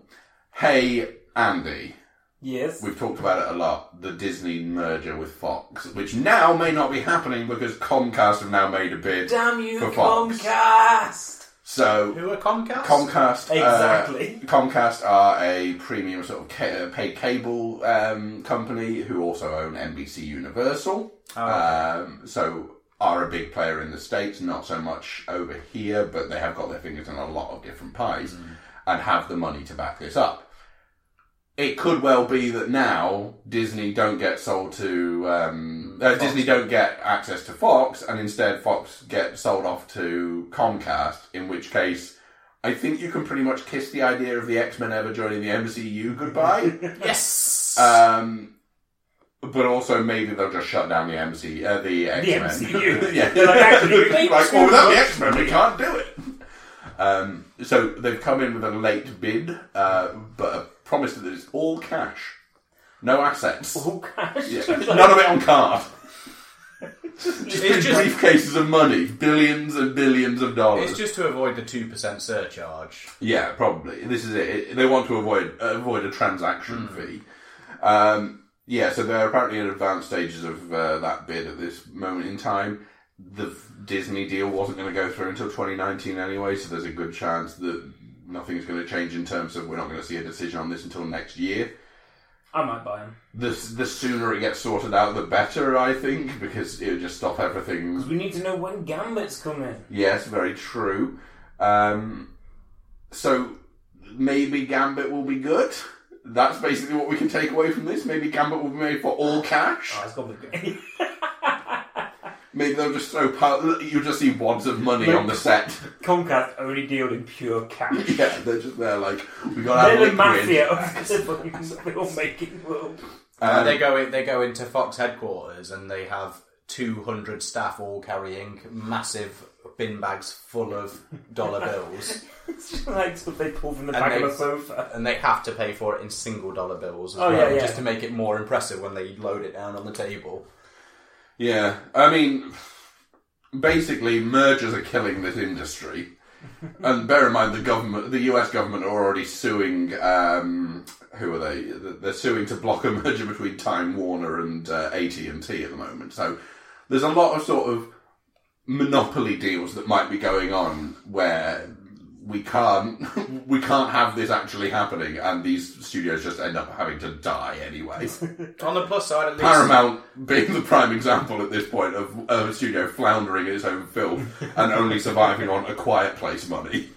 Speaker 2: Hey, Andy.
Speaker 1: Yes.
Speaker 2: We've talked about it a lot. The Disney merger with Fox, which now may not be happening because Comcast have now made a bid.
Speaker 1: Damn you,
Speaker 2: For Fox.
Speaker 1: Comcast!
Speaker 2: So
Speaker 3: Who are Comcast?
Speaker 2: Comcast, uh,
Speaker 1: Exactly.
Speaker 2: Comcast are a premium sort of ca- paid cable um, company who also own NBC Universal.
Speaker 3: Oh, okay.
Speaker 2: um, so are a big player in the states, not so much over here, but
Speaker 3: Mm.
Speaker 2: they have got their fingers in a lot of different pies and have the money to back this up. it could well be that now Disney don't get sold to um, uh,
Speaker 3: Fox.
Speaker 2: Disney don't get access to Fox, and instead Fox get sold off to Comcast. In which case, I think you can pretty much kiss the idea of the X Men ever joining the MCU goodbye.
Speaker 3: Yes.
Speaker 2: um, but also maybe they'll just shut down the MC uh, the
Speaker 1: The
Speaker 2: X Men.
Speaker 1: MCU.
Speaker 2: yeah,
Speaker 1: They're like, actually, we think
Speaker 2: like
Speaker 1: too
Speaker 2: well, without the
Speaker 1: much.
Speaker 2: X Men, we can't do it. Um, so they've come in with a late bid, uh, but a promise that it's all cash, no assets.
Speaker 1: Oh, gosh.
Speaker 2: Yeah.
Speaker 1: It's like-
Speaker 2: None of it on card. Just
Speaker 3: It's just-
Speaker 2: briefcases of money, billions and billions of dollars.
Speaker 3: it's just to avoid the two percent surcharge.
Speaker 2: Yeah, probably. This is it. it. They want to avoid avoid a transaction fee. Um, yeah, so they're apparently in advanced stages of uh, that bid at this moment in time. The Disney deal wasn't going to go through until 2019 anyway, so there's a good chance that nothing's going to change in terms of we're not going to see a decision on this until next year.
Speaker 1: I might buy them.
Speaker 2: The, the sooner it gets sorted out, the better, I think, because it would just stop everything
Speaker 1: We need to know when Gambit's coming.
Speaker 2: Yes, very true. Um, so maybe Gambit will be good. That's basically what we can take away from this. Maybe Gambit will be made for all cash.
Speaker 1: Oh, it's got to be good.
Speaker 2: Maybe they'll just throw part. You'll just see wads of money on the set.
Speaker 1: Comcast only deal in pure cash.
Speaker 2: yeah, they're just there like we got
Speaker 1: They're
Speaker 2: our
Speaker 1: the
Speaker 2: liquid.
Speaker 1: mafia of the fucking filmmaking world.
Speaker 3: And they
Speaker 2: Um,
Speaker 3: go in, they go into Fox headquarters and they have 200 staff all carrying massive bin bags full of dollar bills,
Speaker 1: It's just like stuff they pull from the
Speaker 3: And
Speaker 1: back of
Speaker 3: they-
Speaker 1: a sofa.
Speaker 3: and they have to pay for it in single dollar bills as
Speaker 1: Oh,
Speaker 3: well,
Speaker 1: yeah, yeah.
Speaker 3: just to make it more impressive when they load it down on the table.
Speaker 2: yeah, I mean, basically mergers are killing this industry. and bear in mind the government, the U.S. government, are already suing. Um, who are they? They're suing to block a merger between Time Warner and uh, AT and T at the moment. So there's a lot of sort of monopoly deals that might be going on where we can't we can't have this actually happening, and these studios just end up having to die anyway.
Speaker 3: On the plus side, at least
Speaker 2: Paramount being the prime example at this point of of a studio floundering in its own film and only surviving on a Quiet Place money.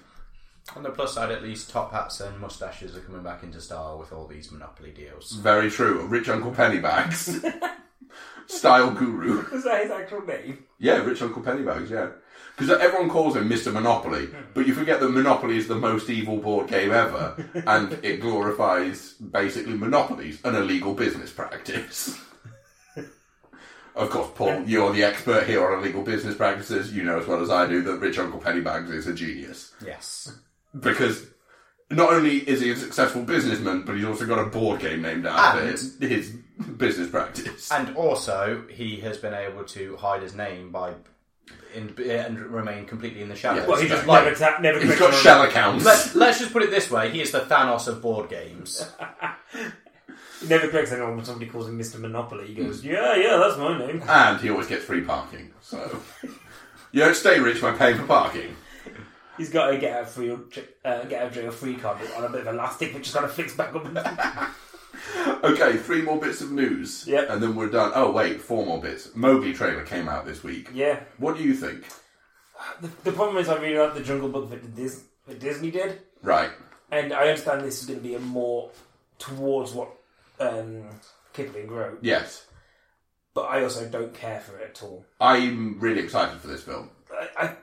Speaker 3: on the plus side, at least top hats and mustaches are coming back into style with all these monopoly deals.
Speaker 2: Very true. Rich Uncle Pennybags. Style guru.
Speaker 1: Is that his actual name?
Speaker 2: Yeah, Rich Uncle Pennybags, yeah. Because everyone calls him Mr. Monopoly, but you forget that Monopoly is the most evil board game ever, and it glorifies basically monopolies, an illegal business practice. of course, Paul, you're the expert here on illegal business practices. You know as well as I do that Rich Uncle Pennybags is a genius.
Speaker 3: Yes,
Speaker 2: because not only is he a successful businessman, but he's also got a board game named after
Speaker 3: And-
Speaker 2: his, his business practice.
Speaker 3: and also he has been able to hide his name by. In, and remain completely in the shadows.
Speaker 1: Well, he just
Speaker 3: Like-
Speaker 1: never ta- never
Speaker 2: he's
Speaker 1: clicked
Speaker 2: got
Speaker 1: on
Speaker 2: shell accounts.
Speaker 3: Let, let's just put it this way: he is the Thanos of board games.
Speaker 1: He never clicks anyone when somebody calls him Mr. Monopoly. He goes, yeah, yeah, that's my name.
Speaker 2: and he always gets free parking. So you don't stay rich by paying for parking.
Speaker 1: He's got a get out of free uh, get out of jail free card with- on a bit of elastic, which is kind of fixed back up.
Speaker 2: Okay, three more bits of news,
Speaker 1: Yep.
Speaker 2: and then we're done. Oh wait, four more bits. Moby trailer came out this week.
Speaker 1: yeah.
Speaker 2: What do you think?
Speaker 1: The, the problem is, I really like the Jungle Book that, Dis- that Disney did,
Speaker 2: Right.
Speaker 1: and I understand this is going to be a more towards what um, Kipling wrote,
Speaker 2: Yes,
Speaker 1: but I also don't care for it at all.
Speaker 2: I'm really excited for this film.
Speaker 1: I, I,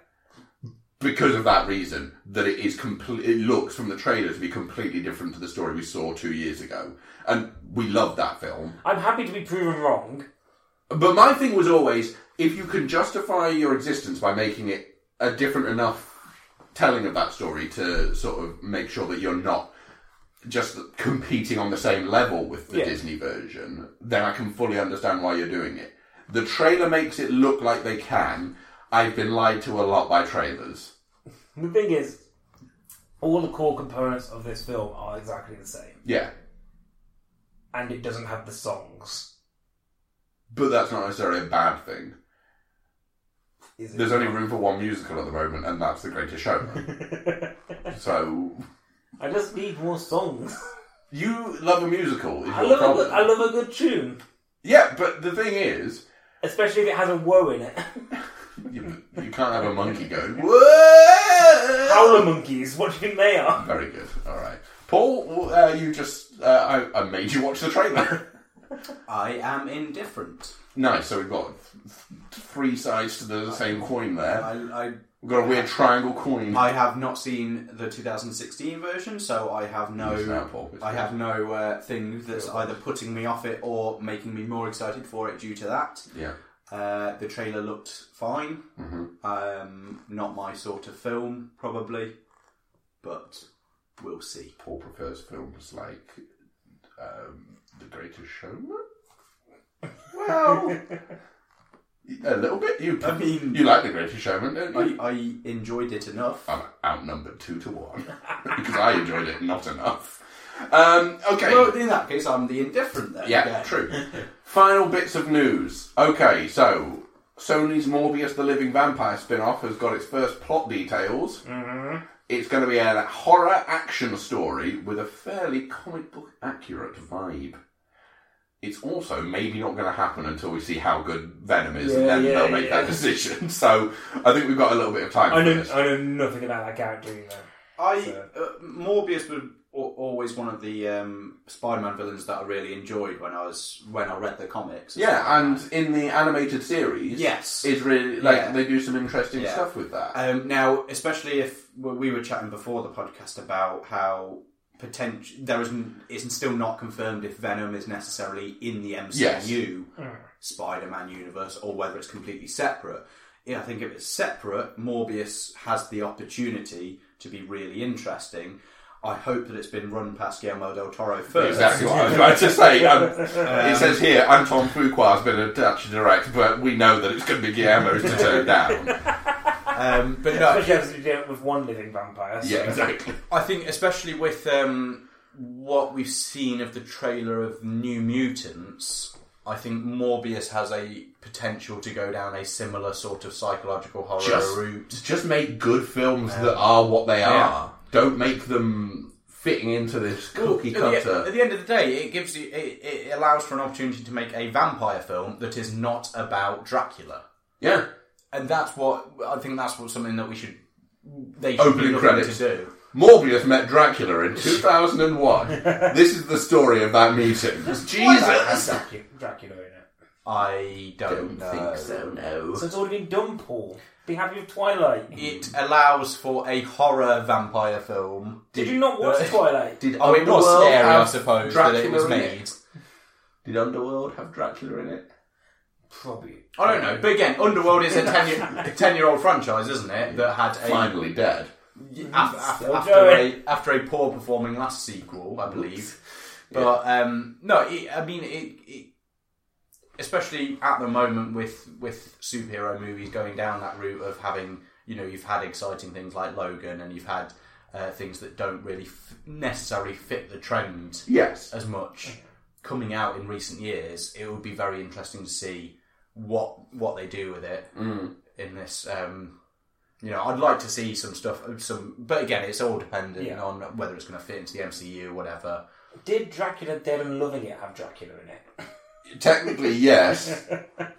Speaker 2: because of that reason that it is complete it looks from the trailer to be completely different to the story we saw two years ago and we love that film
Speaker 1: I'm happy to be proven wrong.
Speaker 2: but my thing was always if you can justify your existence by making it a different enough telling of that story to sort of make sure that you're not just competing on the same level with the
Speaker 1: Yeah.
Speaker 2: Disney version, then I can fully understand why you're doing it. The trailer makes it look like they can. I've been lied to a lot by trailers.
Speaker 1: The thing is, all the core components of this film are exactly the same,
Speaker 2: Yeah.
Speaker 1: and it doesn't have the songs.
Speaker 2: But that's not necessarily a bad thing.
Speaker 1: Is it?
Speaker 2: There's only room for one musical at the moment, and that's The Greatest Showman. so
Speaker 1: I just need more songs.
Speaker 2: you love a musical, is
Speaker 1: I
Speaker 2: your
Speaker 1: love, a
Speaker 2: problem?
Speaker 1: good, I love a good tune,
Speaker 2: yeah, but the thing is,
Speaker 1: especially if it has a woe in it.
Speaker 2: you, you can't have a monkey going. Whoa!
Speaker 1: Howler monkeys, what do you think they are?
Speaker 2: Very good. All right, Paul. w- Uh, you just Uh, I, I made you watch the trailer.
Speaker 3: I am indifferent.
Speaker 2: nice. So we've got th- three sides to the same coin there.
Speaker 3: I,
Speaker 2: We've got a weird triangle coin.
Speaker 3: I I have not seen the 2016 version, so I have
Speaker 2: It's an
Speaker 3: no
Speaker 2: apple. It's
Speaker 3: I have no uh, thing that's
Speaker 2: Yeah.
Speaker 3: either putting me off it or making me more excited for it due to that.
Speaker 2: Yeah.
Speaker 3: Uh, the trailer looked fine.
Speaker 2: hmm
Speaker 3: Um, not my sort of film, probably, but we'll see.
Speaker 2: Paul prefers films like um, The Greatest Showman. Well, a little bit. You
Speaker 3: I mean,
Speaker 2: you like The Greatest Showman, don't you?
Speaker 3: I, I enjoyed it enough.
Speaker 2: I'm outnumbered two to one because I enjoyed it not enough. Um, okay.
Speaker 3: Well, in that case, I'm the indifferent then.
Speaker 2: yeah, true. Final bits of news. Okay, so Sony's Morbius the Living Vampire spin off has got its first plot details.
Speaker 1: Mm-hmm.
Speaker 2: It's going to be a horror action story with a fairly comic book accurate vibe. It's also maybe not going to happen until we see how good Venom is, and
Speaker 1: Yeah,
Speaker 2: then
Speaker 1: yeah,
Speaker 2: they'll make
Speaker 1: yeah.
Speaker 2: that decision. So I think we've got a little bit of time.
Speaker 1: I
Speaker 2: for
Speaker 1: know
Speaker 2: this.
Speaker 1: I know nothing about that character either.
Speaker 3: I
Speaker 1: So-
Speaker 3: uh, Morbius was al- always one of the um, Spider-Man villains that I really enjoyed when I was when I read the comics.
Speaker 2: Yeah, and in the animated series,
Speaker 3: Yes.
Speaker 2: it's really like
Speaker 3: Yeah.
Speaker 2: they do some interesting
Speaker 3: Yeah.
Speaker 2: stuff with that.
Speaker 3: Um, now, especially if well, we were chatting before the podcast about how potential there is isn't still not confirmed if Venom is necessarily in the MCU
Speaker 1: Mm.
Speaker 3: Spider-Man universe or whether it's completely separate. Yeah, I think if it's separate, Morbius has the opportunity to be really interesting. I hope that it's been run past Guillermo del Toro first.
Speaker 2: Exactly what I was about to say. Um, it says here Anton Fuqua has been attached to direct, but we know that it's going to be Guillermo's to turn down.
Speaker 3: Um, but no,
Speaker 1: Especially as we deal with one living vampire. So.
Speaker 2: Yeah, exactly.
Speaker 3: I think especially with um, what we've seen of the trailer of New Mutants, I think Morbius has a potential to go down a similar sort of psychological horror
Speaker 2: Just-
Speaker 3: route.
Speaker 2: Just make good films that are what they
Speaker 3: Yeah.
Speaker 2: are. Don't make them fitting into this cookie
Speaker 3: Well, at, the,
Speaker 2: cutter.
Speaker 3: at the end of the day, it gives you it, it allows for an opportunity to make a vampire film that is not about Dracula,
Speaker 2: Yeah.
Speaker 3: and that's what I think. That's what something that we should they should
Speaker 2: Opening
Speaker 3: be looking
Speaker 2: credits.
Speaker 3: to do.
Speaker 2: Morbius met Dracula in 2001. this is the story of that meeting. Jesus!
Speaker 1: Dracula, Dracula in it.
Speaker 3: I
Speaker 2: Don't
Speaker 3: don't, know.
Speaker 2: think so, no.
Speaker 1: So it's already been done, Paul. Be happy with Twilight.
Speaker 3: It allows for a horror vampire film.
Speaker 1: Did you not watch Twilight?
Speaker 2: Uh, Did
Speaker 3: Oh, it was
Speaker 2: Underworld
Speaker 3: scary, I
Speaker 2: have
Speaker 3: suppose, that it
Speaker 2: Dracula
Speaker 3: was
Speaker 2: in
Speaker 3: made.
Speaker 2: Did Underworld have Dracula in it?
Speaker 1: Probably.
Speaker 3: I don't know. But again, Underworld is a 10 year, 10 year old franchise, isn't it? That had a.
Speaker 2: Finally dead.
Speaker 3: af- af-
Speaker 1: So
Speaker 3: after, a
Speaker 1: good.
Speaker 3: after a poor performing last sequel, I believe. But um, no, it, I mean, it, it, especially at the moment with, with superhero movies going down that route of having, you know, you've had exciting things like Logan and you've had uh, things that don't really f- necessarily fit the trend.
Speaker 2: Yes.
Speaker 3: as much coming out in recent years, it would be very interesting to see what what they do with it
Speaker 2: Mm.
Speaker 3: in this. Um, you know, I'd like to see some stuff, some, but again, it's all dependent
Speaker 1: Yeah.
Speaker 3: on whether it's going to fit into the MCU or whatever.
Speaker 1: Did Dracula Dead and Loving It have Dracula in it?
Speaker 2: Technically, yes,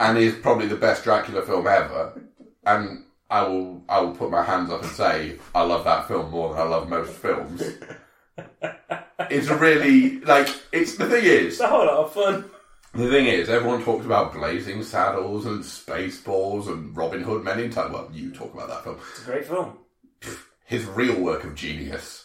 Speaker 2: and is probably the best Dracula film ever. And I will, I will put my hands up and say I love that film more than I love most films. It's a really like it's the thing is
Speaker 1: It's a whole lot of fun.
Speaker 2: the thing is everyone talks about Blazing Saddles and Spaceballs and Robin Hood Men in Tights. Well, you talk about that film.
Speaker 1: It's a great film.
Speaker 2: his real work of genius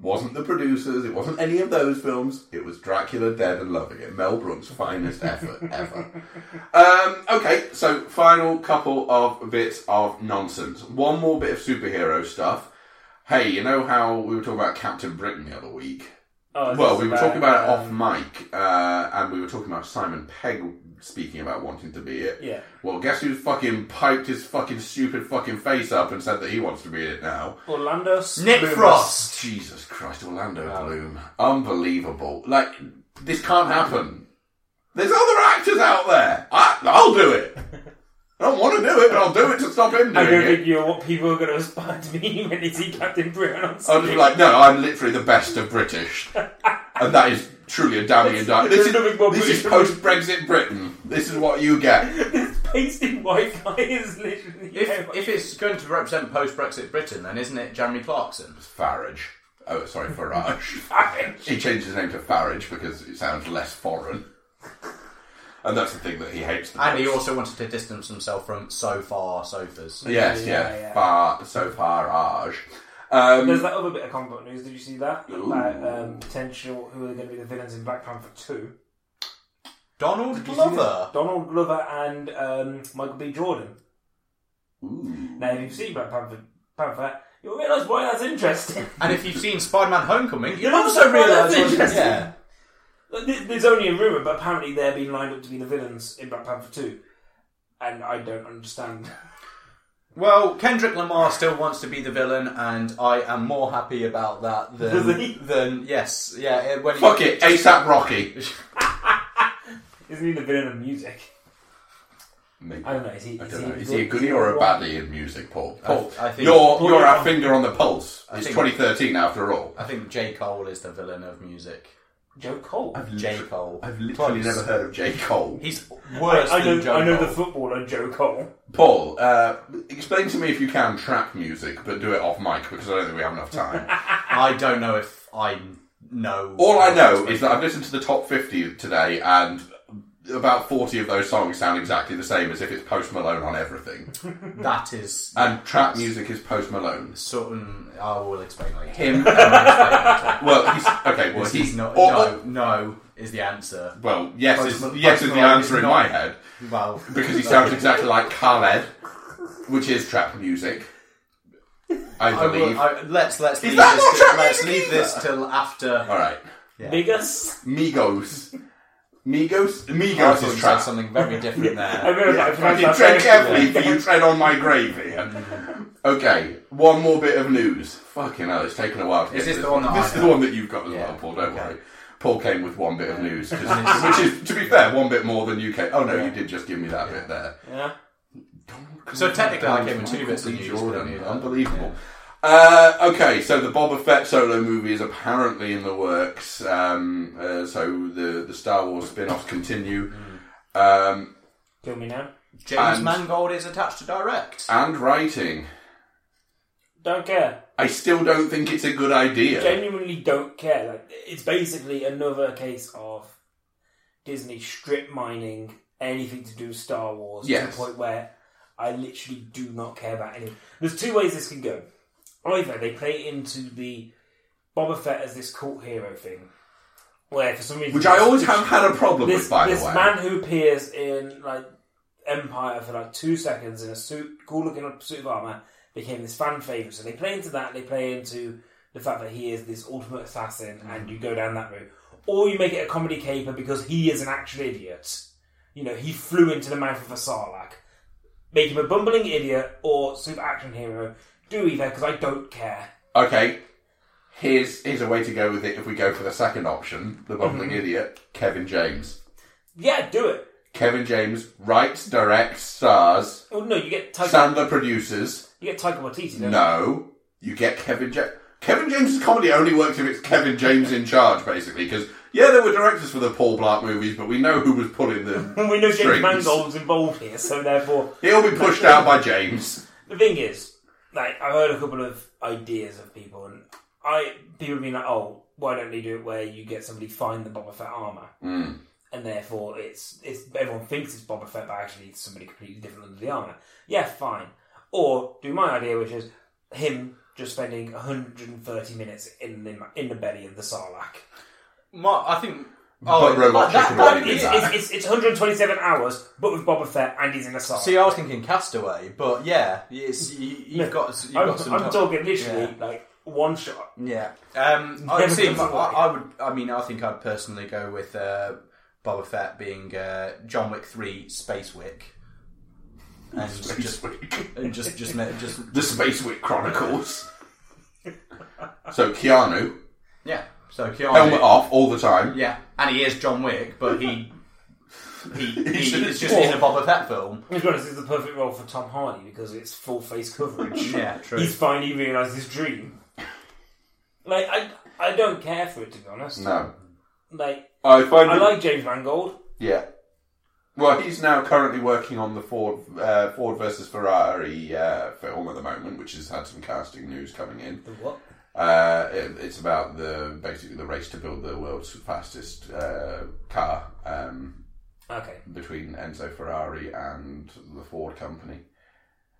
Speaker 2: wasn't the producers, it wasn't any of those films, it was Dracula Dead and Loving It, Mel Brooks' finest effort ever. Um, okay, so final couple of bits of nonsense. One more bit of superhero stuff. Hey, you know how we were talking about Captain Britain the other week?
Speaker 1: Oh,
Speaker 2: well,
Speaker 1: this
Speaker 2: we
Speaker 1: is
Speaker 2: were talking about it off
Speaker 1: um,
Speaker 2: mic, uh, and we were talking about Simon Pegg speaking about wanting to be it.
Speaker 1: Yeah.
Speaker 2: Well, guess who's fucking piped his fucking stupid fucking face up and said that he wants to be in it now?
Speaker 1: Orlando.
Speaker 3: Nick
Speaker 1: Bloom.
Speaker 3: Frost.
Speaker 2: Jesus Christ, Orlando Bloom. Unbelievable. Like, this can't happen. There's other actors out there. I, I'll do it. I don't want to do it, but I'll do it to stop him
Speaker 1: I don't
Speaker 2: doing it.
Speaker 1: think you're what people are going to aspire to be when they see Captain Britain on
Speaker 2: I'm just
Speaker 1: screen.
Speaker 2: like, no, I'm literally the best of British. and that is truly a damning indictment. This is,
Speaker 1: Nothing more
Speaker 2: this is
Speaker 1: British.
Speaker 2: post Brexit Britain. This is what you get.
Speaker 1: this pasty white guy is literally.
Speaker 3: If, if it's going to represent post Brexit Britain, then isn't it Jeremy Clarkson?
Speaker 2: Farage. Oh, sorry, Farage. he changed his name to Farage because it sounds less foreign. And that's the thing that he hates. The
Speaker 3: And he
Speaker 2: most.
Speaker 3: also wanted to distance himself from so far sofas.
Speaker 2: Yes, yeah,
Speaker 1: Yeah, yeah.
Speaker 2: Far, so Farage. Um,
Speaker 1: There's that other bit of comic book news. Did you see that?
Speaker 2: Ooh.
Speaker 1: About um, potential who are going to be the villains in Black Panther Two?
Speaker 3: Donald
Speaker 1: Did you see this?
Speaker 3: Glover.
Speaker 1: Donald Glover, and um, Michael B. Jordan.
Speaker 2: ooh.
Speaker 1: Now, if you've seen Black Panther, Panther you'll realise why that's interesting.
Speaker 3: And if you've seen Spider-Man: Homecoming, you'll
Speaker 1: That's
Speaker 3: also
Speaker 1: the one
Speaker 3: realise.
Speaker 1: that's
Speaker 3: what-
Speaker 1: interesting.
Speaker 3: Yeah.
Speaker 1: Look, th- There's only a rumour, but apparently they're being lined up to be the villains in Black Panther 2. And I don't understand.
Speaker 3: Well, Kendrick Lamar still wants to be the villain, and I am more happy about that
Speaker 1: Does he?
Speaker 3: than than yes, yeah. eh, When he-
Speaker 2: Fuck it, ASAP Rocky.
Speaker 1: Isn't he the villain of music?
Speaker 2: Maybe.
Speaker 1: I don't know. Is he,
Speaker 2: I
Speaker 1: is
Speaker 2: don't
Speaker 1: he,
Speaker 2: know. Is he a goodie or a baddie in music, Paul? Paul,
Speaker 3: I think-
Speaker 2: you're
Speaker 3: Paul,
Speaker 2: you're
Speaker 3: yeah.
Speaker 2: our finger on the pulse.
Speaker 3: I
Speaker 2: It's
Speaker 3: think-
Speaker 2: 2013 after all.
Speaker 3: I think J Cole is the villain of music.
Speaker 1: Joe Cole.
Speaker 3: J Cole.
Speaker 2: I've literally
Speaker 3: Close.
Speaker 2: never heard of J. Cole.
Speaker 3: He's worse
Speaker 1: I
Speaker 3: than
Speaker 1: know,
Speaker 3: Joe
Speaker 1: I know
Speaker 3: Cole.
Speaker 1: the footballer Joe Cole.
Speaker 2: Paul, uh, explain to me if you can trap music, but do it off mic because I don't think we have enough time.
Speaker 3: I don't know if I know.
Speaker 2: All I know is that I've listened to the top 50 today, and about 40 of those songs sound exactly the same as if it's Post Malone on everything.
Speaker 3: that is
Speaker 2: And trap music is Post Malone.
Speaker 3: certain. I will explain later.
Speaker 2: Him.
Speaker 3: I will explain later.
Speaker 2: Well, he's okay. Well,
Speaker 3: This
Speaker 2: he's
Speaker 3: is not.
Speaker 2: or-
Speaker 3: no, no is the answer.
Speaker 2: Well, yes,
Speaker 3: Post
Speaker 2: is,
Speaker 3: Mal-
Speaker 2: yes
Speaker 3: Post
Speaker 2: is the
Speaker 3: Malone
Speaker 2: answer
Speaker 3: is
Speaker 2: in
Speaker 3: not-
Speaker 2: my head
Speaker 3: Well,
Speaker 2: because he sounds exactly like Khaled, which is trap music. I
Speaker 3: I
Speaker 2: believe.
Speaker 3: will, I, let's let's leave
Speaker 2: that
Speaker 3: this.
Speaker 2: not
Speaker 3: Till,
Speaker 2: trap
Speaker 3: let's
Speaker 2: music
Speaker 3: leave this till after.
Speaker 2: All right,
Speaker 3: Yeah.
Speaker 1: Biggest.
Speaker 2: Migos. Migos.
Speaker 3: I
Speaker 2: Migos
Speaker 3: thought
Speaker 2: is
Speaker 3: you said
Speaker 2: trap.
Speaker 3: something very different
Speaker 1: I
Speaker 3: there.
Speaker 1: remember I pronounced
Speaker 2: You
Speaker 1: that very-
Speaker 2: tread carefully, for you tread on my grave here. Okay, one more bit of news. Fucking hell, it's taken a while. To
Speaker 3: Is
Speaker 2: get
Speaker 3: this
Speaker 2: to
Speaker 3: the one that
Speaker 2: This
Speaker 3: I
Speaker 2: is the
Speaker 3: know?
Speaker 2: one that you've got as
Speaker 3: Yeah,
Speaker 2: well, Paul. Don't
Speaker 3: okay.
Speaker 2: worry. Paul came with one bit of news, 'cause- which is, to be fair, one bit more than you came. Oh no, you did just give me that bit there.
Speaker 1: Yeah.
Speaker 3: So technically, I came with two bits of
Speaker 2: Michael B.
Speaker 3: news,
Speaker 2: Jordan,
Speaker 3: but I knew that.
Speaker 2: unbelievable. Uh, okay, so the Boba Fett solo movie is apparently in the works. Um, uh, so the the Star Wars spin-offs continue,
Speaker 3: Mm.
Speaker 2: um,
Speaker 1: Kill me now.
Speaker 3: James
Speaker 2: And-
Speaker 3: Mangold is attached to direct.
Speaker 2: and writing.
Speaker 1: Don't care.
Speaker 2: I still don't think it's a good idea.
Speaker 1: Genuinely don't care. Like, it's basically another case of Disney strip mining anything to do with Star Wars to
Speaker 2: Yes.
Speaker 1: the point where I literally do not care about anything. There's two ways this can go. Either they play into the Boba Fett as this cult hero thing, where for some reason,
Speaker 2: Which I always
Speaker 1: this-
Speaker 2: have had a problem
Speaker 1: this,
Speaker 2: with, by
Speaker 1: this
Speaker 2: the way.
Speaker 1: man who appears in like Empire for like two seconds in a suit, cool looking suit of armor, became this fan favorite. So they play into that. They play into the fact that he is this ultimate assassin,
Speaker 2: Mm-hmm.
Speaker 1: and you go down that route, or you make it a comedy caper because he is an actual idiot. You know, he flew into the mouth of a sarlacc. Make him a bumbling idiot or super action hero. Do either because I don't care.
Speaker 2: okay, here's here's a way to go with it. If we go for the second option, the bumbling
Speaker 1: Mm-hmm.
Speaker 2: idiot, Kevin James.
Speaker 1: Yeah, do it.
Speaker 2: Kevin James writes, directs, stars.
Speaker 1: Oh no, you get Tiger.
Speaker 2: Sandler produces.
Speaker 1: you get Tiger Waititi. Don't you?
Speaker 2: No, you get Kevin James. Kevin James' comedy only works if it's Kevin James in charge, basically. Because yeah, there were directors for the Paul Blart movies, but we know who was pulling them.
Speaker 1: And we know James
Speaker 2: Strings.
Speaker 1: Mangold's involved here, so therefore
Speaker 2: He'll be pushed out by James.
Speaker 1: the thing is, like I heard a couple of ideas of people, and I people have been like, "Oh, why don't they do it where you get somebody find the Boba Fett armor,
Speaker 2: Mm.
Speaker 1: and therefore it's it's everyone thinks it's Boba Fett, but actually it's somebody completely different under the armor." Yeah, fine. Or do my idea, which is him just spending 130 minutes in the in the belly of the Sarlacc.
Speaker 3: My, I think. oh,
Speaker 2: But robot
Speaker 3: that-
Speaker 2: chicken
Speaker 3: that
Speaker 2: wing is
Speaker 1: It's,
Speaker 3: is-
Speaker 2: that.
Speaker 1: it's, it's, it's 127 hours, but with Boba Fett, and he's in a Sarlacc.
Speaker 3: See, I was thinking Castaway, but yeah, it's, you,
Speaker 1: No,
Speaker 3: you've got you've
Speaker 1: I'm,
Speaker 3: got some.
Speaker 1: I'm
Speaker 3: top-
Speaker 1: talking literally
Speaker 3: Yeah.
Speaker 1: like one shot.
Speaker 3: Yeah. Um, I,
Speaker 1: Never
Speaker 3: see, I,
Speaker 1: comes up.
Speaker 3: I would. I mean, I think I'd personally go with uh, Boba Fett being uh, John Wick three Space Wick, and just and just just ma- just
Speaker 2: the Space Wick Chronicles. so Keanu,
Speaker 3: yeah. So Keanu,
Speaker 2: helmet off all the time.
Speaker 3: yeah, and he is John Wick, but he he, he
Speaker 2: should-
Speaker 3: is just in a Boba Fett film.
Speaker 1: To be honest, it's the perfect role for Tom Hardy because it's full face coverage.
Speaker 3: Yeah, true.
Speaker 1: He's finally realised his dream. Like I, I don't care for it to be honest.
Speaker 2: No,
Speaker 1: Like
Speaker 2: I find
Speaker 1: I
Speaker 2: it-
Speaker 1: like James Mangold.
Speaker 2: yeah. Well, he's now currently working on the Ford uh, Ford versus Ferrari uh, film at the moment, which has had some casting news coming in.
Speaker 1: The what?
Speaker 2: Uh, it, it's about the basically the race to build the world's fastest uh, car um,
Speaker 1: Okay.
Speaker 2: between Enzo Ferrari and the Ford company.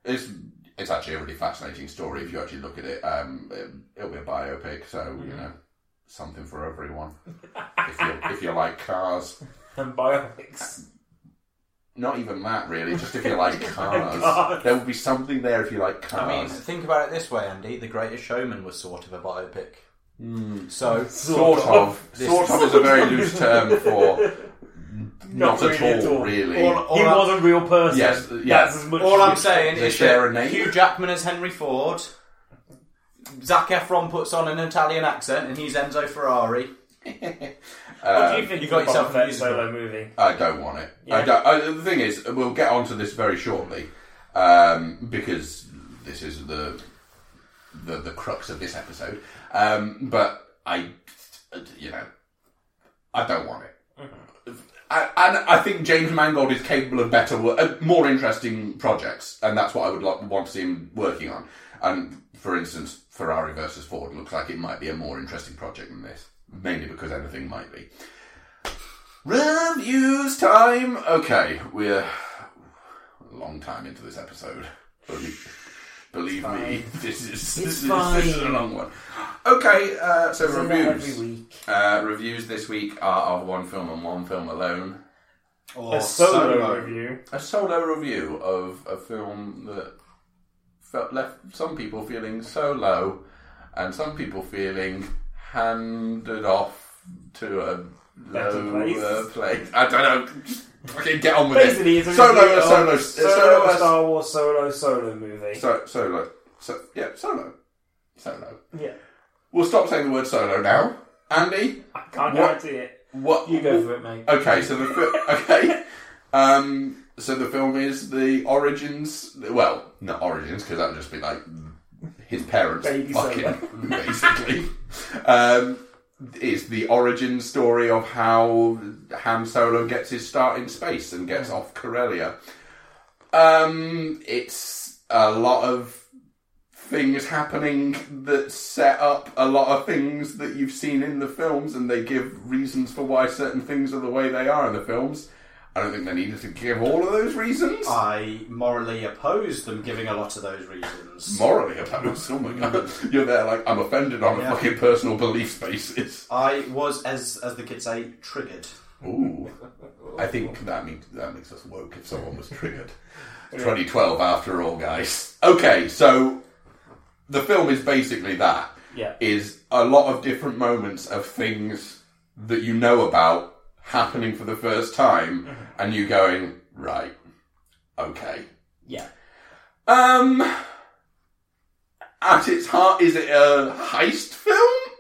Speaker 2: It's it's actually a really fascinating story if you actually look at it. Um, it it'll be a biopic, so you know something for everyone. if you if you like cars,
Speaker 1: And biopics.
Speaker 2: not even that really. Just if you like
Speaker 1: Cars.
Speaker 2: cars, there will be something there if you like
Speaker 3: I mean,
Speaker 2: cars.
Speaker 3: think about it this way, Andy. The Greatest Showman was sort of a biopic. So
Speaker 2: Sort of.
Speaker 3: This-
Speaker 2: Sort of is a very loose term for not, at,
Speaker 1: really
Speaker 2: all, really.
Speaker 3: all, all
Speaker 1: he
Speaker 3: I'm-
Speaker 1: was a real person.
Speaker 2: Yes,
Speaker 1: That's
Speaker 2: yes.
Speaker 1: as much
Speaker 3: all I'm
Speaker 1: as-
Speaker 3: saying
Speaker 2: They
Speaker 3: is
Speaker 2: share a
Speaker 3: that
Speaker 2: name.
Speaker 3: Hugh Jackman as Henry Ford. Zac Efron puts on an Italian accent, and he's Enzo Ferrari.
Speaker 2: Um,
Speaker 1: What do you think
Speaker 3: you
Speaker 1: you
Speaker 3: got
Speaker 1: got
Speaker 3: yourself
Speaker 1: yourself that
Speaker 3: musical.
Speaker 1: solo movie?
Speaker 2: I don't want it. I
Speaker 1: Yeah.
Speaker 2: don't, I, the thing is, we'll get onto this very shortly um, because this is the, the the crux of this episode. Um, but I, you know, I don't want it. I, and I think James Mangold is capable of better, wo- uh, more interesting projects, and that's what I would lo- want to see him working on. And for instance, Ferrari versus Ford looks like it might be a more interesting project than this, mainly because anything might be. Reviews time. Okay, we're a long time into this episode. Believe, believe me, this is this is, this is a
Speaker 1: fine.
Speaker 2: long one. Okay, uh, so
Speaker 1: Isn't that
Speaker 2: reviews.
Speaker 1: Every week.
Speaker 2: Uh, reviews this week are of one film and one film alone. Oh,
Speaker 3: Or
Speaker 1: a solo,
Speaker 2: solo.
Speaker 1: review.
Speaker 2: A solo review of a film that felt, left some people feeling so low and some people feeling handed off to a
Speaker 1: Better
Speaker 2: lower place. I don't know. Just fucking get on with
Speaker 1: Basically,
Speaker 2: it.
Speaker 1: it's a
Speaker 2: Solo,
Speaker 1: review
Speaker 2: a
Speaker 1: of
Speaker 2: solo, s-
Speaker 1: solo,
Speaker 2: solo, a-
Speaker 1: Star Wars solo solo movie.
Speaker 2: so, solo, so, yeah, solo, solo.
Speaker 1: yeah,
Speaker 2: We'll stop saying the word solo now. Andy,
Speaker 1: I can't
Speaker 2: What-
Speaker 1: guarantee it.
Speaker 2: what
Speaker 1: You go for it, mate.
Speaker 2: Okay, so the fi- okay, um, so the film is the origins. Well, not origins because that would just be like his parents,
Speaker 1: Baby
Speaker 2: fucking, basically. um, is the origin story of how Han Solo gets his start in space and
Speaker 1: Mm.
Speaker 2: gets off Corellia. Um, it's a lot of things happening that set up a lot of things that you've seen in the films, and they give reasons for why certain things are the way they are in the films. I don't think they needed to give all of those reasons.
Speaker 3: I morally oppose them giving a lot of those reasons.
Speaker 2: Morally opposed. Oh my god, you're there like I'm offended on
Speaker 3: Yeah.
Speaker 2: a fucking personal belief basis.
Speaker 3: I was, as as the kids say, triggered.
Speaker 2: Ooh, I think that means that makes us woke if someone was triggered. 2012, after all, guys. Okay, so the film is basically that.
Speaker 1: Yeah.
Speaker 2: is a lot of different moments of things that you know about happening for the first time,
Speaker 1: Mm-hmm.
Speaker 2: and you going right, okay.
Speaker 1: Yeah.
Speaker 2: Um, at its heart, is it a heist film?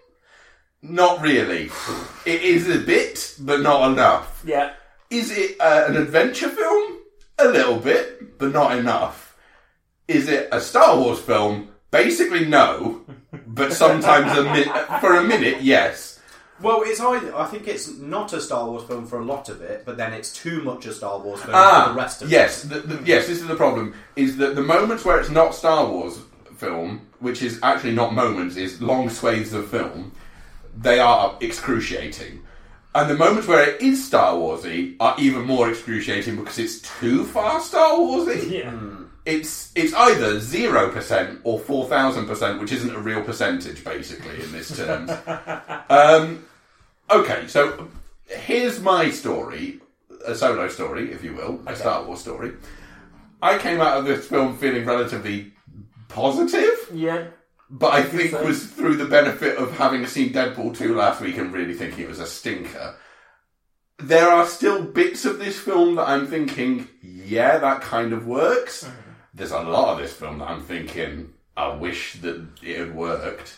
Speaker 2: Not really. it is a bit, but not enough.
Speaker 1: Yeah.
Speaker 2: Is it uh, an adventure film? A little bit, but not enough. Is it a Star Wars film? Basically, no. But sometimes a mi- for a minute, yes.
Speaker 3: Well, it's either I think it's not a Star Wars film for a lot of it, but then it's too much a Star Wars film
Speaker 2: Ah,
Speaker 3: for the rest of
Speaker 2: yes, the, the, yes. This is the problem: is that the moments where it's not Star Wars film, which is actually not moments, is long swathes of film. They are excruciating, and the moments where it is Star Warsy are even more excruciating because it's too far Star Warsy.
Speaker 1: Yeah.
Speaker 2: it's it's either zero percent or four thousand percent, which isn't a real percentage, basically in this terms. um, okay, so here's my story, a solo story, if you will, a Star Wars story. I came out of this film feeling relatively positive,
Speaker 1: Yeah.
Speaker 2: but I think
Speaker 1: so.
Speaker 2: was through the benefit of having seen Deadpool two last week and really thinking it was a stinker. There are still bits of this film that I'm thinking, yeah, that kind of works there's a lot of this film that I'm thinking, I wish that it had worked.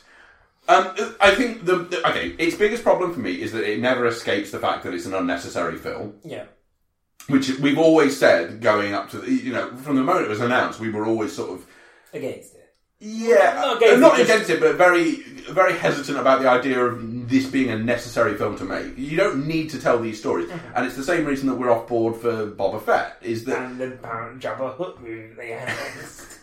Speaker 2: Um, I think the, the okay, its biggest problem for me is that it never escapes the fact that it's an unnecessary film,
Speaker 1: Yeah.
Speaker 2: which we've always said going up to the, you know from the moment it was announced, we were always sort of
Speaker 1: Against it.
Speaker 2: yeah, Uh,
Speaker 1: Not against
Speaker 2: not
Speaker 1: it, just-
Speaker 2: against it, but very very hesitant about the idea of this being a necessary film to make. You don't need to tell these stories,
Speaker 1: Mm-hmm.
Speaker 2: and it's the same reason that we're off board for Boba Fett is that
Speaker 1: And the apparent Jabba Hutt movie that they announced.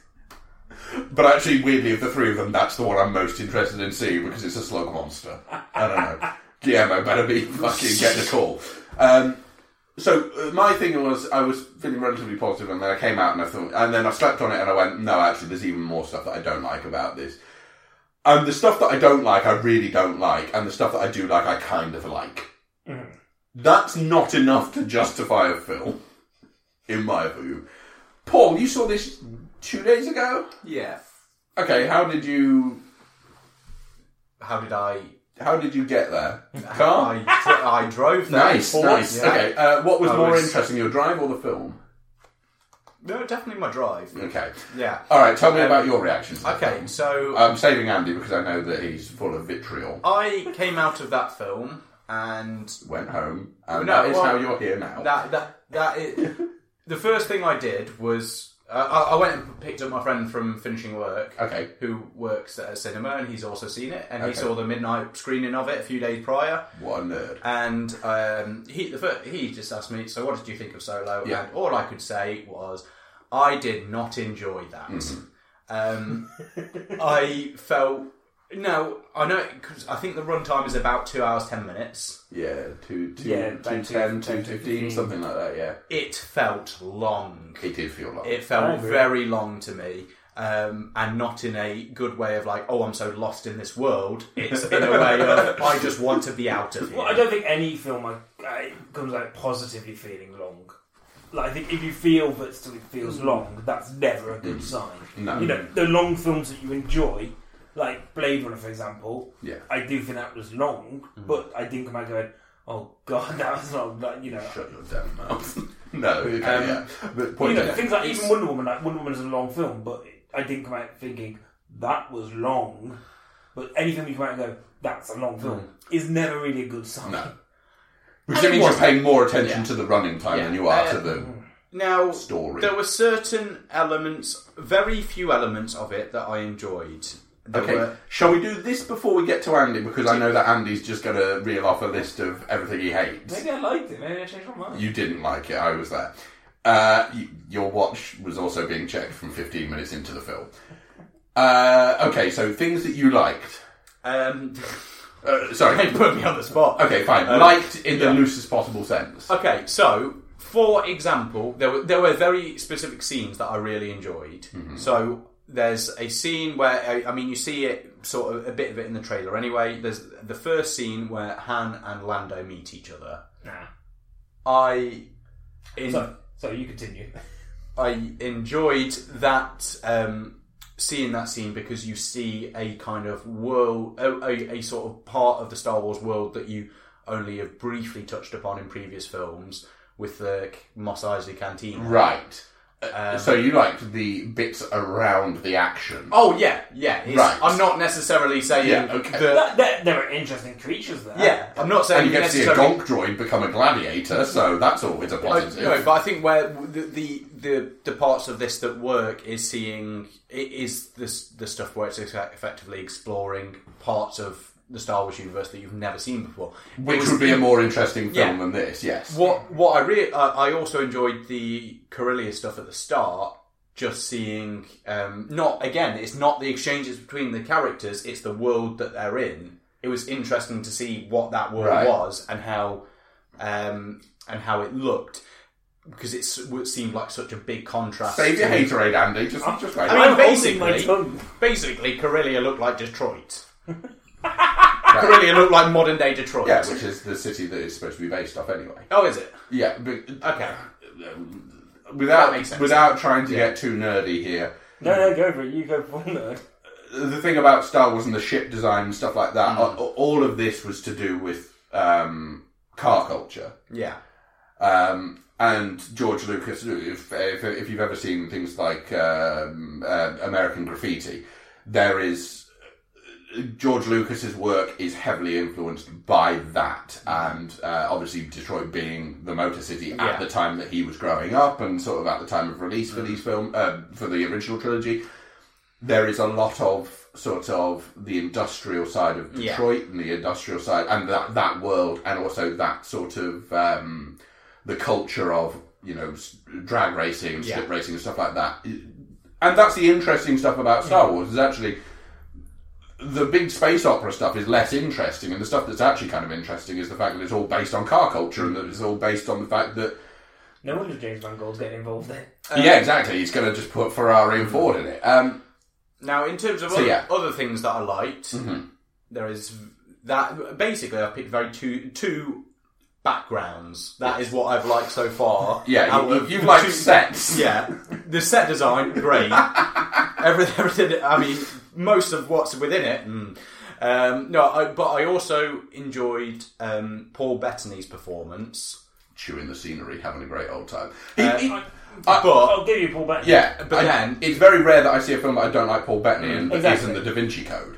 Speaker 2: But actually, weirdly, of the three of them, that's the one I'm most interested in seeing because it's a slug monster. I don't know. Guillermo better be fucking getting a call. Um, so uh, my thing was, I was feeling relatively positive, and then I came out and I thought, and then I slept on it, and I went, no, actually, there's even more stuff that I don't like about this. And the stuff that I don't like, I really don't like, and the stuff that I do like, I kind of like. That's not enough to justify a film, in my view. Paul, you saw this two days ago.
Speaker 3: Yeah.
Speaker 2: Okay, how did you
Speaker 3: How did I?
Speaker 2: how did you get there?
Speaker 3: I,
Speaker 2: Car.
Speaker 3: dro- I drove there.
Speaker 2: Nice,
Speaker 1: Paul,
Speaker 2: nice.
Speaker 3: yeah.
Speaker 2: Okay, uh, what was
Speaker 3: I
Speaker 2: more
Speaker 3: was-
Speaker 2: interesting, your drive or the film?
Speaker 3: No, definitely my drive.
Speaker 2: Okay,
Speaker 3: Yeah.
Speaker 2: all right. Tell me
Speaker 3: Um,
Speaker 2: about your reaction. To the
Speaker 3: Okay,
Speaker 2: film.
Speaker 3: so
Speaker 2: I'm saving Andy because I know that he's full of vitriol.
Speaker 3: I came out of that film, and
Speaker 2: Went home, and
Speaker 3: No,
Speaker 2: that is
Speaker 3: well,
Speaker 2: how you're here now.
Speaker 3: that that that is, the first thing I did was uh, I, I went and picked up my friend from finishing work,
Speaker 2: okay,
Speaker 3: who works at a cinema, and he's also seen it, and he
Speaker 2: Okay.
Speaker 3: saw the midnight screening of it a few days prior,
Speaker 2: what a nerd.
Speaker 3: and um, he the fir- he just asked me, so what did you think of Solo?
Speaker 2: Yeah.
Speaker 3: And all I could say was, I did not enjoy that.
Speaker 1: Mm-hmm.
Speaker 3: Um, I felt no, I know because I think the runtime is about two hours ten minutes.
Speaker 2: Yeah, two, two,
Speaker 1: Yeah,
Speaker 2: two,
Speaker 1: like
Speaker 2: 10,
Speaker 1: two-
Speaker 2: 215, something like that. Yeah,
Speaker 3: It felt long.
Speaker 2: it did feel like.
Speaker 3: It
Speaker 1: I
Speaker 3: felt
Speaker 1: agree.
Speaker 3: very long to me, um, and not in a good way of like, oh, I'm so lost in this world. It's in a way of I just want to be out of here.
Speaker 1: Well, I don't think any film like, uh, comes out positively feeling long. Like I think if you feel that still it feels long, that's never a good sign.
Speaker 2: No.
Speaker 1: You know, the long films that you enjoy, like Blade Runner, for example.
Speaker 2: Yeah.
Speaker 1: I do think that was long, but I didn't come out going, "Oh God, that was long." Like, you know,
Speaker 2: Shut your damn mouth.
Speaker 3: Um,
Speaker 2: no, okay, yeah. But point
Speaker 1: you know
Speaker 2: is-
Speaker 1: things like
Speaker 3: it's-
Speaker 1: even Wonder Woman. Like Wonder Woman is a long film, but I didn't come out thinking that was long. But anything you come out and go, "That's a long film," is never really a good sign.
Speaker 2: No. Which means you're
Speaker 3: was-
Speaker 2: paying more attention
Speaker 3: Yeah.
Speaker 2: to the running time
Speaker 3: Yeah.
Speaker 2: than you are
Speaker 3: Uh,
Speaker 2: to the
Speaker 3: Now,
Speaker 2: story.
Speaker 3: there were certain elements, very few elements of it that I enjoyed. There
Speaker 2: Okay,
Speaker 3: were-
Speaker 2: shall we do this before we get to Andy? Because I know that Andy's just going to reel off a list of everything he hates.
Speaker 1: Maybe I liked it. Maybe I changed my mind.
Speaker 2: You didn't like it, I was there. Uh, y your watch was also being checked from 15 minutes into the film. Uh, okay, so things that you liked.
Speaker 3: um,
Speaker 2: Uh, sorry.
Speaker 3: they put me on the spot.
Speaker 2: Okay, fine.
Speaker 3: Um,
Speaker 2: liked in
Speaker 3: yeah.
Speaker 2: the loosest possible sense.
Speaker 3: Okay, so for example, there were there were very specific scenes that I really enjoyed.
Speaker 2: Mm-hmm.
Speaker 3: So there's a scene where I, I mean you see it sort of a bit of it in the trailer anyway. There's the first scene where Han and Lando meet each other.
Speaker 1: Nah.
Speaker 3: I in,
Speaker 1: So, so you continue.
Speaker 3: I enjoyed that um, seeing that scene because you see a kind of world, a, a, a sort of part of the Star Wars world that you only have briefly touched upon in previous films with the Moss Eisley canteen.
Speaker 2: Right. Uh, so you liked the bits around the action.
Speaker 3: Um, Oh yeah, yeah. it's-
Speaker 2: Right.
Speaker 3: I'm not necessarily saying
Speaker 2: Yeah, okay.
Speaker 3: the.
Speaker 1: That, that, there are interesting creatures there.
Speaker 3: Yeah, I'm not saying
Speaker 2: And you get to see a
Speaker 3: necessarily-
Speaker 2: gonk droid become a gladiator, so that's always a
Speaker 3: I,
Speaker 2: positive.
Speaker 3: no, but I think where the, the the the parts of this that work is seeing it is this the stuff where it's effe- effectively exploring parts of the Star Wars universe that you've never seen before. It
Speaker 2: Which
Speaker 3: was-
Speaker 2: would be a more interesting film
Speaker 3: Yeah.
Speaker 2: than this, yes.
Speaker 3: what what I really I, I also enjoyed the Corellia stuff at the start. Just seeing, um, not again, it's not the exchanges between the characters; it's the world that they're in. It was interesting to see what that world
Speaker 2: Right.
Speaker 3: was and how um, and how it looked because it's, it seemed like such a big contrast.
Speaker 2: Save your
Speaker 3: to-
Speaker 2: haterade, Andy. Just, just like
Speaker 3: I
Speaker 1: I'm
Speaker 3: mean,
Speaker 1: holding my
Speaker 3: basically-
Speaker 1: tongue.
Speaker 3: Basically, Corellia looked like Detroit. Corellia looked like modern day Detroit.
Speaker 2: yeah, which is the city that it's supposed to be based off anyway.
Speaker 3: oh, is it?
Speaker 2: Yeah, but
Speaker 3: Okay. That
Speaker 2: without
Speaker 3: makes sense.
Speaker 2: without trying to get too nerdy here,
Speaker 1: No, no, go for it. You go for nerd.
Speaker 2: the thing about Star Wars and the ship design and stuff like
Speaker 3: Mm.
Speaker 2: that, a- all of this was to do with um, car culture.
Speaker 3: Yeah.
Speaker 2: Um, and George Lucas, if, if, if you've ever seen things like um, uh, American Graffiti, there is George Lucas's work is heavily influenced by that, and uh, obviously Detroit being the motor city at
Speaker 3: Yeah. Mm.
Speaker 2: the time that he was growing up, and sort of at the time of release for these film uh, for the original trilogy, there is a lot of sort of the industrial side of
Speaker 3: Yeah.
Speaker 2: Detroit and the industrial side, and that that world, and also that sort of um, the culture of you know s- drag racing,
Speaker 3: Yeah.
Speaker 2: strip racing, and stuff like that. and that's the interesting stuff about Star Wars is actually the big space opera stuff is less interesting, and the stuff that's actually kind of interesting is the fact that it's all based on car culture and that it's all based on the fact that
Speaker 1: No wonder James Mangold's getting involved then.
Speaker 3: Um,
Speaker 2: yeah, exactly, he's going to just put Ferrari and Ford in it. Um,
Speaker 3: Now, in terms of
Speaker 2: So,
Speaker 3: other,
Speaker 2: yeah. Mm-hmm.
Speaker 3: other things that I liked, there is that. Basically, I've picked very two two backgrounds. That is what I've liked so far.
Speaker 2: yeah,
Speaker 3: Out
Speaker 2: you,
Speaker 3: of
Speaker 2: you, you
Speaker 3: the
Speaker 2: like
Speaker 3: two-
Speaker 2: sets.
Speaker 3: Yeah, the set design great. everything, everything. I mean, most of what's within it. mm. Um, no, I, but I also enjoyed um, Paul Bettany's performance.
Speaker 2: chewing the scenery, having a great old time. He-
Speaker 3: Uh,
Speaker 2: he-
Speaker 3: But
Speaker 1: I'll give you Paul back.
Speaker 2: yeah,
Speaker 3: but
Speaker 2: I-
Speaker 3: then- Mm-hmm.
Speaker 2: it's very rare that I see a film that I don't like Paul Bettany and that
Speaker 1: Exactly.
Speaker 2: isn't the Da Vinci Code.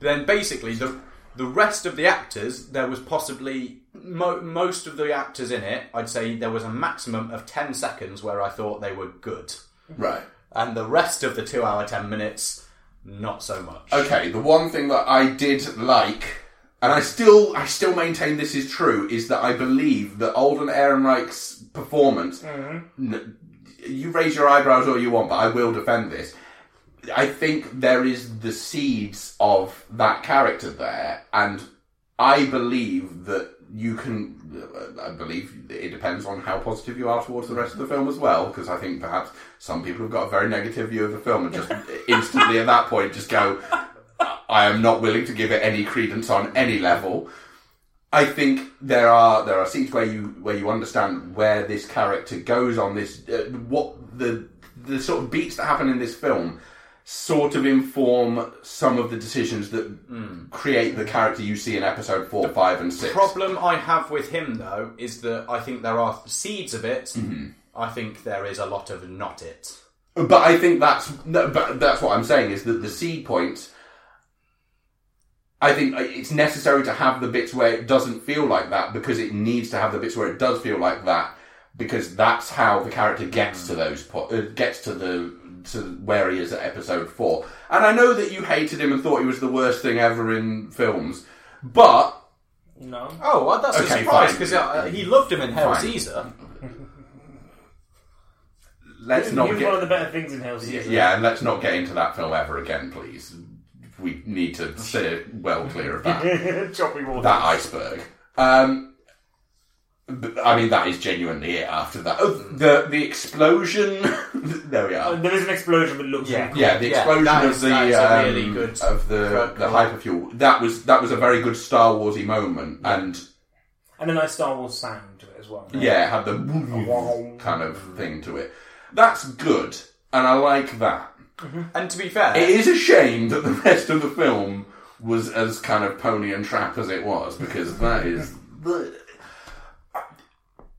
Speaker 3: then basically the the rest of the actors there was possibly mo- most of the actors in it i'd say there was a maximum of 10 seconds where i thought they were good
Speaker 2: Right.
Speaker 3: and the rest of the 2 hour 10 minutes not so much
Speaker 2: Okay, the one thing that I did like, and I still I still maintain this is true, is that I believe that Alden Ehrenreich's performance. N- you raise your eyebrows all you want, but I will defend this. I think there is the seeds of that character there, and I believe that you can. I believe it depends on how positive you are towards the rest of the film as well, because I think perhaps some people have got a very negative view of the film and just instantly at that point just go, I am not willing to give it any credence on any level. I think there are there are scenes where you where you understand where this character goes on this uh, what the the sort of beats that happen in this film sort of inform some of the decisions that create the character you see in episode four, five, and six.
Speaker 3: problem i have with him though is that i think there are seeds of it i think there is a lot of not it
Speaker 2: But I think that's no, but that's what I'm saying is that the seed points. I think uh, it's necessary to have the bits where it doesn't feel like that because it needs to have the bits where it does feel like that because that's how the character gets
Speaker 1: Hmm.
Speaker 2: to those po- uh, gets to the to where he is at episode four. And I know that you hated him and thought he was the worst thing ever in films, but
Speaker 1: No.
Speaker 3: oh well, that's
Speaker 2: Okay,
Speaker 3: a surprise
Speaker 2: fine.
Speaker 3: because uh, he loved him in hell
Speaker 2: Fine.
Speaker 3: caesar
Speaker 2: let's
Speaker 1: He
Speaker 2: not
Speaker 1: was
Speaker 2: get
Speaker 1: one of the better things in Hell's
Speaker 2: Yeah,
Speaker 1: Season.
Speaker 2: yeah, and let's not get into that film ever again, please. We need to steer well clear of that
Speaker 1: Choppy water.
Speaker 2: that iceberg. Um, but, I mean, that is genuinely it. After that, oh, the the explosion. there we
Speaker 1: Uh,
Speaker 2: are.
Speaker 1: There is an explosion that looks really
Speaker 3: Yeah.
Speaker 1: cool.
Speaker 2: Yeah, the
Speaker 3: Yeah,
Speaker 2: explosion
Speaker 3: that
Speaker 2: of
Speaker 3: is-
Speaker 2: the
Speaker 3: that is a really
Speaker 2: um,
Speaker 3: good
Speaker 2: of the
Speaker 3: crack.
Speaker 2: the hyperfuel. That was that was a very good Star Warsy moment, and
Speaker 1: And a nice Star Wars sound to it as well.
Speaker 2: yeah, had the kind of thing to it. That's good, and I like that.
Speaker 3: and to be fair
Speaker 2: It is a shame that the rest of the film was as kind of pony and trap as it was because that is.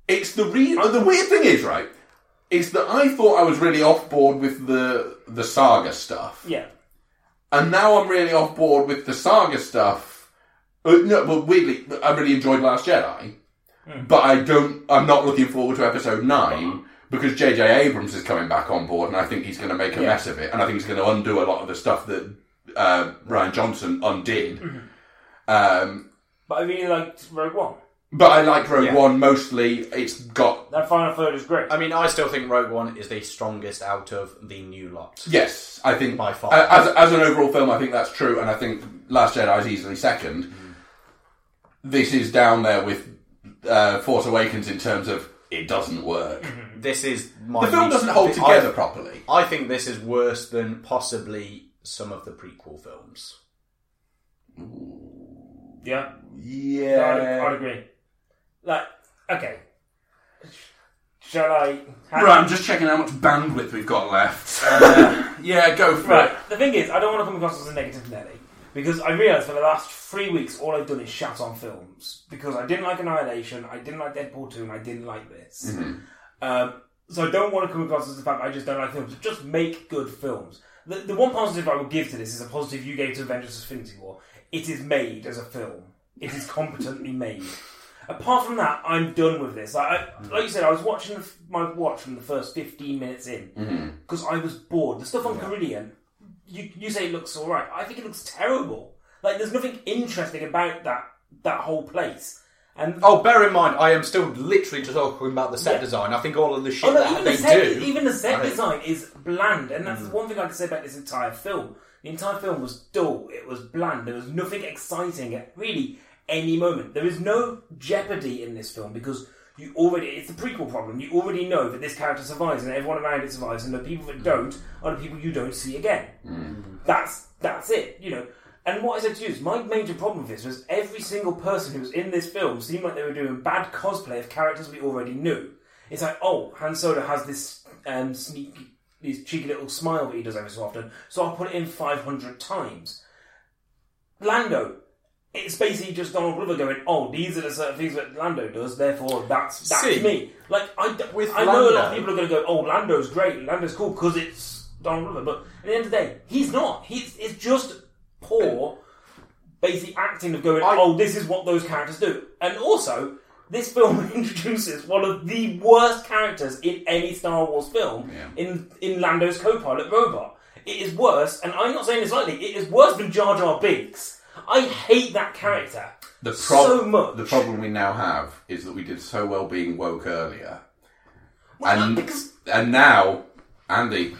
Speaker 2: It's the re- uh, the weird thing is right is that I thought I was really off board with the the saga stuff,
Speaker 1: Yeah.
Speaker 2: and now I'm really off board with the saga stuff. Uh, no, but weirdly, I really enjoyed Last Jedi, but I don't. I'm not looking forward to Episode Nine because J.J. Abrams is coming back on board, and I think he's going to make a mess of it, and I think he's going to undo a lot of the stuff that uh, Ryan Johnson undid. Um,
Speaker 1: But I really liked Rogue One.
Speaker 2: but I like Rogue
Speaker 3: Yeah.
Speaker 2: One mostly. It's got
Speaker 1: That final third is great.
Speaker 3: I mean, I still think Rogue One is the strongest out of the new lot.
Speaker 2: yes, I think
Speaker 3: By far.
Speaker 2: uh, as as an overall film, I think that's true, and I think Last Jedi is easily second.
Speaker 1: Mm-hmm.
Speaker 2: This is down there with uh, Force Awakens in terms of it doesn't work.
Speaker 1: Mm-hmm.
Speaker 3: This is my
Speaker 2: The film
Speaker 3: least-
Speaker 2: doesn't hold
Speaker 3: I-
Speaker 2: together properly.
Speaker 3: I think this is worse than possibly some of the prequel films.
Speaker 1: yeah. Yeah, I'd, I'd
Speaker 2: Yeah.
Speaker 1: agree. Like, okay. Shall I? have-
Speaker 2: Right, I'm just checking how much bandwidth we've got left. yeah, go for
Speaker 1: Uh, Right. The thing is, I don't want to come across as a negative Nelly because I realised for the last three weeks all I've done is shat on films because I didn't like Annihilation, I didn't like Deadpool two, and I didn't like this. Um, so I don't want to come across as the fact that I just don't like films. Just make good films. The, the one positive I will give to this is a positive you gave to Avengers: Infinity War. It is made as a film. It is competently made. Apart from that, I'm done with this. Like, I, like you said, I was watching the, f- my watch from the first 15 minutes in because I was bored. The stuff on Carillion, you, you say it looks all right. I think it looks terrible. Like there's nothing interesting about that that whole place. And
Speaker 3: Oh, bear in mind, I am still literally just talking about the set
Speaker 1: Yeah.
Speaker 3: design. I think all of the shit
Speaker 1: Oh, no,
Speaker 3: that
Speaker 1: even, the
Speaker 3: they
Speaker 1: set,
Speaker 3: do. Mm.
Speaker 1: even the set
Speaker 3: Right.
Speaker 1: design is bland, and that's the one thing I can say about this entire film. The entire film was dull, it was bland, there was nothing exciting at really any moment. There is no jeopardy in this film because you already, it's the prequel problem, you already know that this character survives and everyone around it survives, and the people
Speaker 3: Mm.
Speaker 1: that don't are the people you don't see again. That's that's it, you know. And what I said to you is my major problem with this was every single person who was in this film seemed like they were doing bad cosplay of characters we already knew. It's like, oh, Han Solo has this um, sneaky, this cheeky little smile that he does every so often, so I'll put it in 500 times. Lando, it's basically just Donald Glover going, oh, these are the certain things that Lando does, therefore that's, that's
Speaker 3: See,
Speaker 1: me. Like, I, d-
Speaker 3: with
Speaker 1: I know a lot of
Speaker 3: Lando-
Speaker 1: people are going to go, oh, Lando's great, Lando's cool because it's Donald Glover, but at the end of the day, he's not. He's it's just poor, basic acting of going,
Speaker 3: I-
Speaker 1: oh, this is what those characters do, and also. This film introduces one of the worst characters in any Star Wars film in in Lando's co-pilot robot. It is worse, and I'm not saying this lightly. It is worse than Jar Jar Binks. I hate that character.
Speaker 2: The
Speaker 1: so much.
Speaker 2: The problem we now have is that we did so well being woke earlier,
Speaker 1: Well,
Speaker 2: and
Speaker 1: because
Speaker 2: and now, Andy,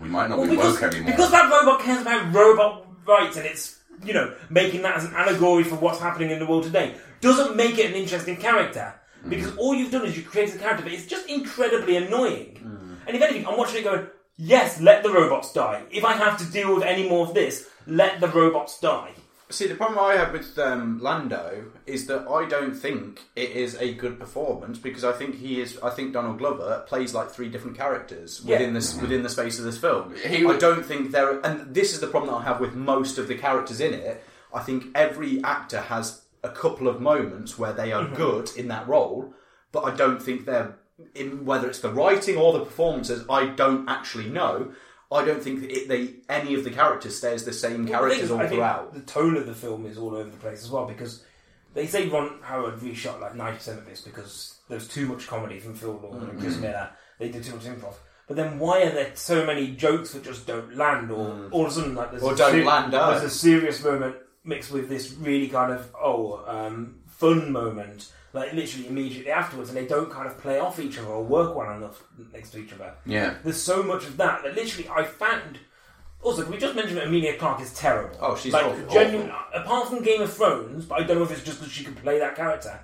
Speaker 2: we might not be
Speaker 1: because,
Speaker 2: woke anymore.
Speaker 1: because that robot cares about robot rights and it's, you know, making that as an allegory for what's happening in the world today doesn't make it an interesting character. Because
Speaker 2: Mm.
Speaker 1: all you've done is you've created a character, but it's just incredibly annoying.
Speaker 2: Mm.
Speaker 1: And if anything, I'm watching it going, yes, let the robots die. If I have to deal with any more of this, let the robots die.
Speaker 3: See, the problem I have with um, Lando is that I don't think it is a good performance because I think he is. I think Donald Glover plays like three different characters
Speaker 1: Yeah.
Speaker 3: within this within the space of this film.
Speaker 2: He
Speaker 3: I
Speaker 2: would-
Speaker 3: don't think there. And this is the problem that I have with most of the characters in it. I think every actor has a couple of moments where they are good in that role, but I don't think they're. In, whether it's the writing or the performances, I don't actually know. I don't think that it, they any of the characters stays the same characters
Speaker 1: I
Speaker 3: all
Speaker 1: think
Speaker 3: throughout.
Speaker 1: The tone of the film is all over the place as well because they say Ron Howard reshot like ninety percent of this because there's too much comedy from Phil Lord and
Speaker 3: Mm.
Speaker 1: Chris Miller. They did too much improv. But then why are there so many jokes that just don't land, or all of a sudden like there's
Speaker 3: Mm. Or
Speaker 1: a
Speaker 3: don't land up.
Speaker 1: There's a serious moment mixed with this really kind of oh um, fun moment, like literally immediately afterwards, and they don't kind of play off each other or work well enough next to each other.
Speaker 2: yeah,
Speaker 1: There's so much of that that literally I found. Also, can we just mention that Amelia Clark is terrible?
Speaker 3: Oh, she's
Speaker 1: like,
Speaker 3: awful.
Speaker 1: genuine. Apart from Game of Thrones, but I don't know if it's just because she could play that character.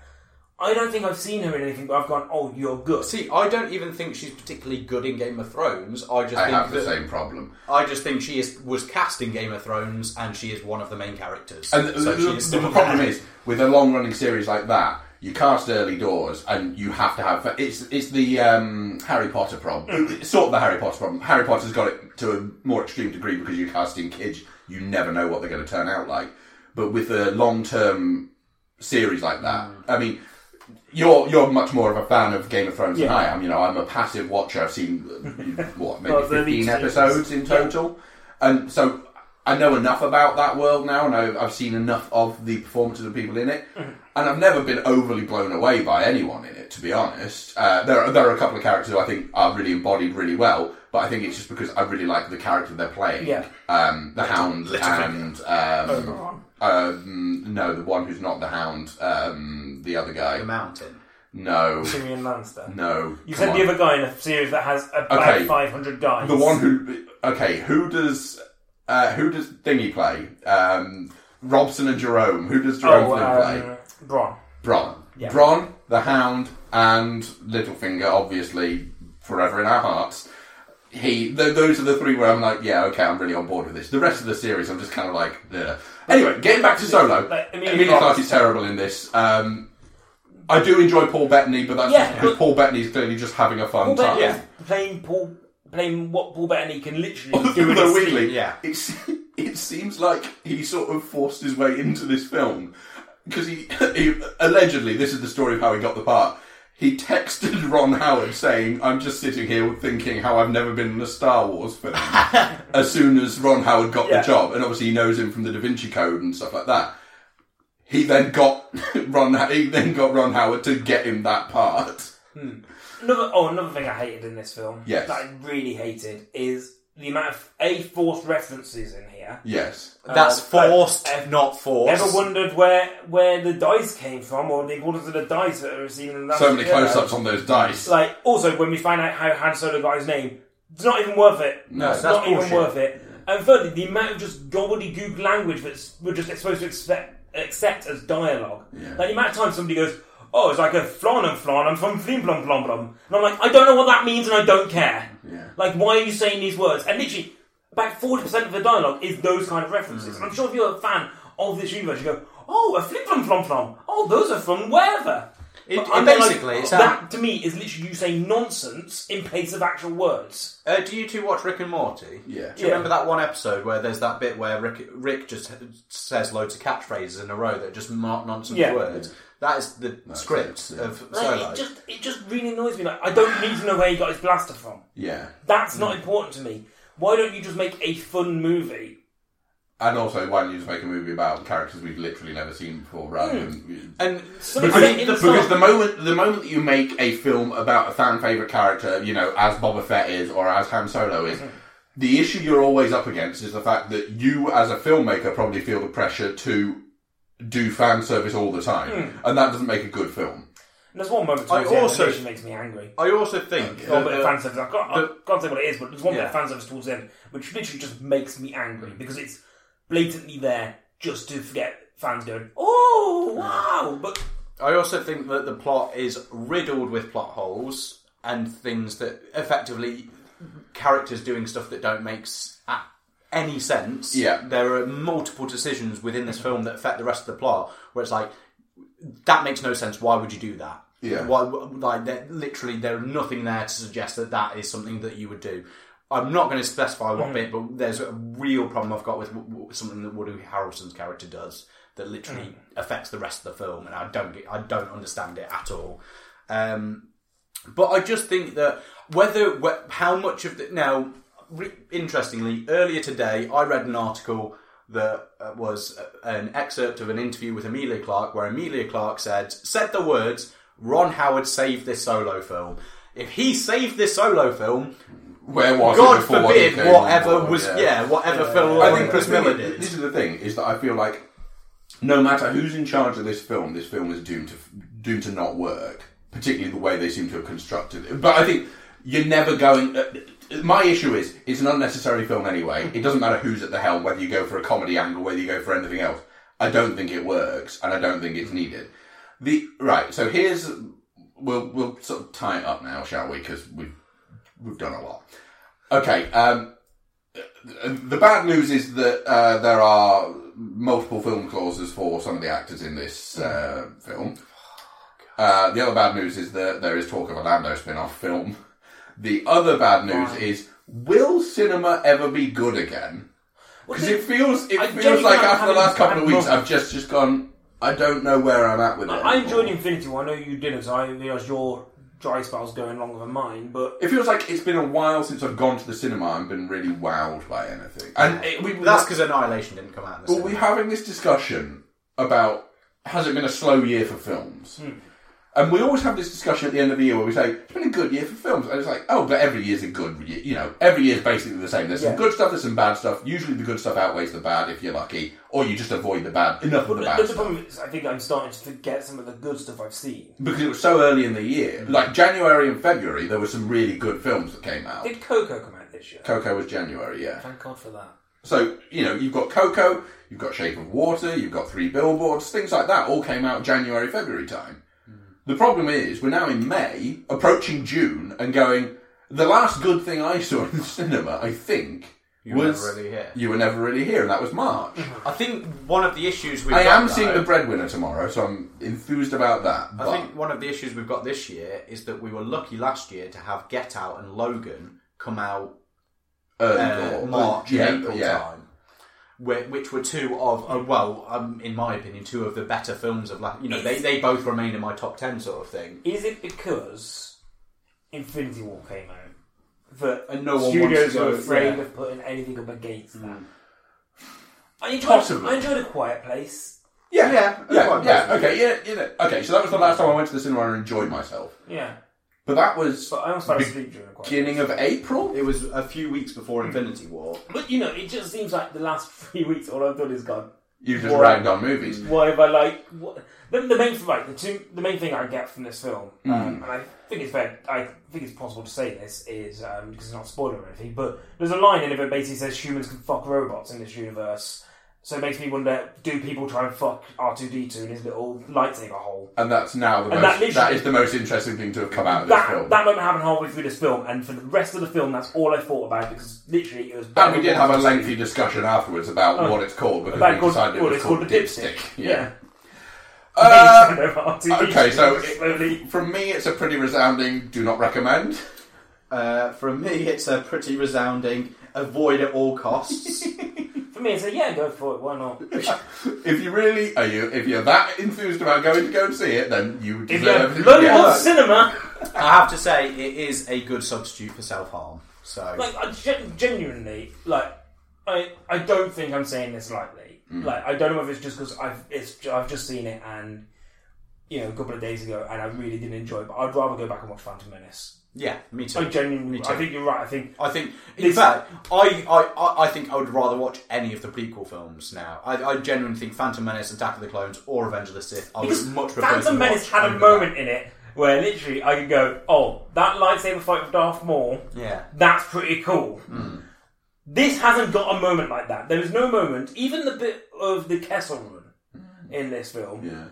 Speaker 1: I don't think I've seen her in anything, but I've gone, oh, you're good.
Speaker 3: See, I don't even think she's particularly good in Game of Thrones. I just
Speaker 2: I
Speaker 3: think
Speaker 2: have the
Speaker 3: that-
Speaker 2: same problem.
Speaker 3: I just think she is was cast in Game of Thrones, and she is one of the main characters.
Speaker 2: And the,
Speaker 3: so she
Speaker 2: the-
Speaker 3: is
Speaker 2: the
Speaker 3: still
Speaker 2: problem
Speaker 3: bad.
Speaker 2: is with a long running series like that, you cast early doors, and you have to have it's it's the um, Harry Potter problem. It's sort of the Harry Potter problem. Harry Potter's got it to a more extreme degree because you're casting kids. You never know what they're going to turn out like. But with a long term series like that, I mean. You're you're much more of a fan of Game of Thrones than
Speaker 1: Yeah.
Speaker 2: I am. You know, I'm a passive watcher. I've seen uh, what maybe
Speaker 1: Well, they're the
Speaker 2: fifteen
Speaker 1: extremes.
Speaker 2: episodes in
Speaker 1: Yeah.
Speaker 2: total, and so I know enough about that world now, and I've, I've seen enough of the performances of people in it,
Speaker 1: Mm-hmm.
Speaker 2: and I've never been overly blown away by anyone in it. To be honest, uh, there are, there are a couple of characters who I think are really embodied really well, but I think it's just because I really like the character they're playing.
Speaker 1: Yeah.
Speaker 2: Um, the Hound and um,
Speaker 1: Oberon.
Speaker 2: um, no, the one who's not the Hound, um, the other guy.
Speaker 3: the mountain.
Speaker 2: No,
Speaker 1: Tyrion Lannister.
Speaker 2: no.
Speaker 1: You
Speaker 2: come
Speaker 1: said
Speaker 2: on.
Speaker 1: the other guy in a series that has about
Speaker 2: Okay.
Speaker 1: 500 guys.
Speaker 2: The one who okay, who does uh, who does Dingy play? Um, Robson and Jerome. Who does Jerome
Speaker 1: Oh,
Speaker 2: Flynn play?
Speaker 1: um, Bron.
Speaker 2: Bron.
Speaker 1: yeah.
Speaker 2: Bron, the Hound, and Littlefinger, obviously forever in our hearts. He, th- those are the three where I'm like, yeah, okay, I'm really on board with this. The rest of the series, I'm just kind of like, Ugh. anyway. Getting back to Solo,
Speaker 1: Like, Emilia
Speaker 2: Emilia
Speaker 1: Clarke
Speaker 2: Clarke is terrible in this. Um, I do enjoy Paul Bettany, but that's
Speaker 1: Yeah,
Speaker 2: just because
Speaker 1: but-
Speaker 2: Paul Bettany's clearly just having a fun
Speaker 1: Paul
Speaker 2: time.
Speaker 1: Bettany playing Paul, playing what Paul Bettany can literally do in
Speaker 2: Although
Speaker 1: his sleep.
Speaker 2: weirdly,
Speaker 3: yeah.
Speaker 2: it se- it seems like he sort of forced his way into this film because he, he allegedly this is the story of how he got the part. He texted Ron Howard saying, "I'm just sitting here thinking how I've never been in a Star Wars film." as soon as Ron Howard got
Speaker 1: Yeah.
Speaker 2: the job, and obviously he knows him from the Da Vinci Code and stuff like that. He then got Ron. He then got Ron Howard to get him that part.
Speaker 1: Another oh, another thing I hated in this film
Speaker 2: Yes.
Speaker 1: that I really hated is the amount of a forced references in here.
Speaker 2: Yes.
Speaker 3: That's
Speaker 1: Uh,
Speaker 3: forced,
Speaker 1: uh,
Speaker 3: not forced.
Speaker 1: Ever wondered where where the dice came from, or the importance of the dice that are received in the last
Speaker 2: So many
Speaker 1: year?
Speaker 2: close ups on those dice.
Speaker 1: Like also when we find out how Han Solo got his name, it's not even worth it.
Speaker 2: No,
Speaker 1: it's
Speaker 3: that's
Speaker 1: not even
Speaker 3: bullshit.
Speaker 1: worth it. And thirdly, the amount of just gobbledygook language that's we're just supposed to expect accept as dialogue. Like the amount of time somebody goes, "Oh, it's like a flan and flan and from flim blom blom blom," and I'm like, I don't know what that means, and I don't care.
Speaker 2: Yeah.
Speaker 1: Like, why are you saying these words? And literally, about forty percent of the dialogue is those kind of references. And I'm sure if you're a fan of this universe, you go, "Oh, a flim blom blom blom. Oh, those are from wherever."
Speaker 3: It-
Speaker 1: But
Speaker 3: it
Speaker 1: I'm like,
Speaker 3: basically, it's
Speaker 1: that to me is literally you saying nonsense in place of actual words.
Speaker 3: Uh, do you two watch Rick and Morty?
Speaker 2: Yeah.
Speaker 3: Do you remember that one episode where there's that bit where Rick Rick just says loads of catchphrases in a row that are just mark nonsense
Speaker 1: Yeah.
Speaker 3: words? That is the script
Speaker 2: it, yeah.
Speaker 3: of
Speaker 1: Like,
Speaker 3: Solo.
Speaker 1: it just it just really annoys me. Like I don't need to know where he got his blaster from.
Speaker 2: Yeah.
Speaker 1: That's not important to me. Why don't you just make a fun movie?
Speaker 2: And also, why don't you just make a movie about characters we've literally never seen before,
Speaker 3: Hmm.
Speaker 2: rather than
Speaker 3: and
Speaker 1: Something
Speaker 2: Because,
Speaker 1: set in
Speaker 2: because
Speaker 1: stone.
Speaker 2: the moment the moment that you make a film about a fan favorite character, you know, as Boba Fett is or as Han Solo
Speaker 3: Mm-hmm.
Speaker 2: is, the issue you're always up against is the fact that you, as a filmmaker, probably feel the pressure to do fan service all the time,
Speaker 3: Hmm.
Speaker 2: and that doesn't make a good film.
Speaker 1: And there's one moment
Speaker 3: I
Speaker 1: towards the end
Speaker 3: also-
Speaker 1: that literally makes me angry.
Speaker 3: I also think
Speaker 1: A
Speaker 3: that,
Speaker 1: bit of
Speaker 3: uh,
Speaker 1: fan service. I can't, I can't say what it is, but there's one bit of
Speaker 3: Yeah.
Speaker 1: fan service towards the end which literally just makes me angry because it's blatantly there just to forget fans going, "Oh wow!" But
Speaker 3: I also think that the plot is riddled with plot holes and things that effectively characters doing stuff that don't make s- a- any sense.
Speaker 2: Yeah.
Speaker 3: there are multiple decisions within this film that affect the rest of the plot. Where it's like that makes no sense. Why would you do that?
Speaker 2: Yeah.
Speaker 3: why? Like there- literally, there's nothing there to suggest that that is something that you would do. I'm not going to specify what bit, but there's a real problem I've got with w- w- something that Woody Harrelson's character does that literally affects the rest of the film, and I don't get, I don't understand it at all. Um, but I just think that whether wh- how much of the now, re- interestingly, earlier today I read an article that uh, was uh, an excerpt of an interview with Amelia Clark, where Amelia Clark said said the words Ron Howard saved this solo film. If he saved this solo film,
Speaker 2: Where was it
Speaker 3: God
Speaker 2: before
Speaker 3: forbid
Speaker 2: he came on
Speaker 3: whatever
Speaker 2: board?
Speaker 3: was yeah, whatever film
Speaker 2: I think
Speaker 3: Chris
Speaker 2: the thing
Speaker 3: Miller
Speaker 2: is-
Speaker 3: did.
Speaker 2: This is the thing: is that I feel like no matter who's in charge of this film, this film is doomed to doomed to not work. Particularly the way they seem to have constructed it. But I think you're never going. Uh, my issue is it's an unnecessary film anyway. It doesn't matter who's at the helm, whether you go for a comedy angle, whether you go for anything else. I don't think it works, and I don't think it's needed. The right. So here's we'll we'll sort of tie it up now, shall we? Because we've we've done a lot. Okay. Um, the bad news is that uh, there are multiple film clauses for some of the actors in this uh, film.
Speaker 1: Oh,
Speaker 2: Uh, the other bad news is that there is talk of a Lando spin-off film. The other bad news is: Will cinema ever be good again? Because it feels it
Speaker 1: I
Speaker 2: feels
Speaker 1: genuinely
Speaker 2: like
Speaker 1: am
Speaker 2: after the
Speaker 1: having
Speaker 2: last couple of
Speaker 1: bad
Speaker 2: weeks, I've
Speaker 1: moments.
Speaker 2: just just gone. I don't know where I'm at with it.
Speaker 1: I
Speaker 2: anymore.
Speaker 1: enjoyed Infinity War. I know you didn't, so I realised your dry spell's going longer than mine. But
Speaker 2: It feels like it's been a while since I've gone to the cinema and been really wowed by anything. And it, we,
Speaker 3: That's because Annihilation didn't come out. In the
Speaker 2: But
Speaker 3: cinema.
Speaker 2: we're having this discussion about has it been a slow year for films?
Speaker 1: Hmm.
Speaker 2: And we always have this discussion at the end of the year where we say it's been a good year for films, and it's like, oh, but every year's a good year. You know, every year's basically the same. There's some
Speaker 1: Yeah.
Speaker 2: good stuff, there's some bad stuff. Usually, the good stuff outweighs the bad if you're lucky, or you just avoid the bad. Enough of the bad
Speaker 1: but the
Speaker 2: stuff
Speaker 1: problem is, I think I'm starting to forget some of the good stuff I've seen.
Speaker 2: because it was so early in the year.
Speaker 1: Hmm.
Speaker 2: Like January and February, there were some really good films that came
Speaker 3: Oh.
Speaker 2: out.
Speaker 1: Did Coco come out this year?
Speaker 2: Coco was January, yeah.
Speaker 1: Thank God for that.
Speaker 2: So, you know, you've got Coco, you've got Shape of Water, you've got Three Billboards, things like that all came out January, February time. The problem is, we're now in May, approaching June, and going, the last good thing I saw in the cinema, I think,
Speaker 3: You were
Speaker 2: was.
Speaker 3: never really here.
Speaker 2: You were never really here, and that was March.
Speaker 3: I think one of the issues we've
Speaker 2: I
Speaker 3: got,
Speaker 2: am seeing
Speaker 3: though-
Speaker 2: The Breadwinner tomorrow, so I'm enthused about that. But
Speaker 3: I think one of the issues we've got this year is that we were lucky last year to have Get Out and Logan come out
Speaker 2: early
Speaker 3: uh,
Speaker 2: or-
Speaker 3: March,
Speaker 2: yeah,
Speaker 3: April
Speaker 2: yeah.
Speaker 3: time, whi- which were two of, uh, well, um, in my opinion, two of the better films of last. You know, they, they both remain in my top ten sort of thing.
Speaker 1: Is it because Infinity War came out that
Speaker 3: And no one wants
Speaker 1: studios
Speaker 3: to go-
Speaker 1: were afraid
Speaker 3: yeah. Hmm.
Speaker 1: of putting anything up against that? I enjoyed,
Speaker 2: Possibly.
Speaker 1: I enjoyed A Quiet Place.
Speaker 2: Yeah,
Speaker 3: Yeah,
Speaker 2: yeah,
Speaker 3: quite
Speaker 2: yeah, okay, yeah, you know, okay. So that was the last time I went to the cinema and enjoyed myself.
Speaker 1: Yeah.
Speaker 2: But that was
Speaker 1: But I almost fell asleep during the
Speaker 2: beginning of April.
Speaker 3: It was a few weeks before Infinity War.
Speaker 1: But you know, it just seems like the last three weeks, all I've done is gone.
Speaker 2: You just
Speaker 1: Why-
Speaker 2: ragged on movies.
Speaker 1: Why have I like? What? The, the main right, the two, the main thing I get from this film,
Speaker 2: Mm.
Speaker 1: um, and I think it's fair, I think it's possible to say this is um, because it's not a spoiler or anything. But there's a line in it that basically says humans can fuck robots in this universe. So it makes me wonder: Do people try and fuck R two D two in his little lightsaber hole?
Speaker 2: And that's now the
Speaker 1: And
Speaker 2: most.
Speaker 1: that literally-
Speaker 2: that is the most interesting thing to have come out of this film.
Speaker 1: That, that moment happened halfway through this film, and for the rest of the film, that's all I thought about because literally it was.
Speaker 2: and we did have a lengthy discussion afterwards about
Speaker 1: Oh.
Speaker 2: what it's called because
Speaker 1: About
Speaker 2: we
Speaker 1: called-
Speaker 2: decided it
Speaker 1: well,
Speaker 2: was
Speaker 1: it's
Speaker 2: called,
Speaker 1: called a
Speaker 2: dipstick.
Speaker 1: dipstick.
Speaker 2: Yeah.
Speaker 1: Uh,
Speaker 2: Uh, okay, so it-
Speaker 1: slowly.
Speaker 2: from me, it's a pretty resounding. Do not recommend.
Speaker 3: Uh, for me, it's a pretty resounding avoid at all costs.
Speaker 1: For me, it's a yeah, go for it. Why not?
Speaker 2: If you really are you, if you're that enthused about going to go and see it, then you
Speaker 1: If you have
Speaker 2: deserve.
Speaker 1: low
Speaker 2: yeah.
Speaker 1: yeah. cinema,
Speaker 3: I have to say, it is a good substitute for self harm. So
Speaker 1: like I gen- genuinely, like I, I don't think I'm saying this lightly.
Speaker 3: Hmm.
Speaker 1: Like I don't know if it's just because I've it's ju- I've just seen it and you know a couple of days ago, and I really didn't enjoy it. But I'd rather go back and watch Phantom Menace.
Speaker 3: yeah, me too.
Speaker 1: I genuinely,
Speaker 3: Me
Speaker 1: I
Speaker 3: too.
Speaker 1: think you're right. I think
Speaker 3: I think, in
Speaker 1: This-
Speaker 3: fact, I, I, I- I think I would rather watch any of the prequel films now. I, I genuinely think Phantom Menace, Attack of the Clones, or Revenge of the Sith. I would
Speaker 1: Because
Speaker 3: much prefer to
Speaker 1: Phantom Menace
Speaker 3: watch
Speaker 1: had
Speaker 3: over
Speaker 1: a
Speaker 3: that.
Speaker 1: moment in it where literally I could go, oh, that lightsaber fight with Darth Maul,
Speaker 3: Yeah,
Speaker 1: that's pretty cool.
Speaker 2: Hmm.
Speaker 1: This hasn't got a moment like that. There is no moment, even the bit of the Kessel Run
Speaker 2: Hmm.
Speaker 1: in this film,
Speaker 2: Yeah.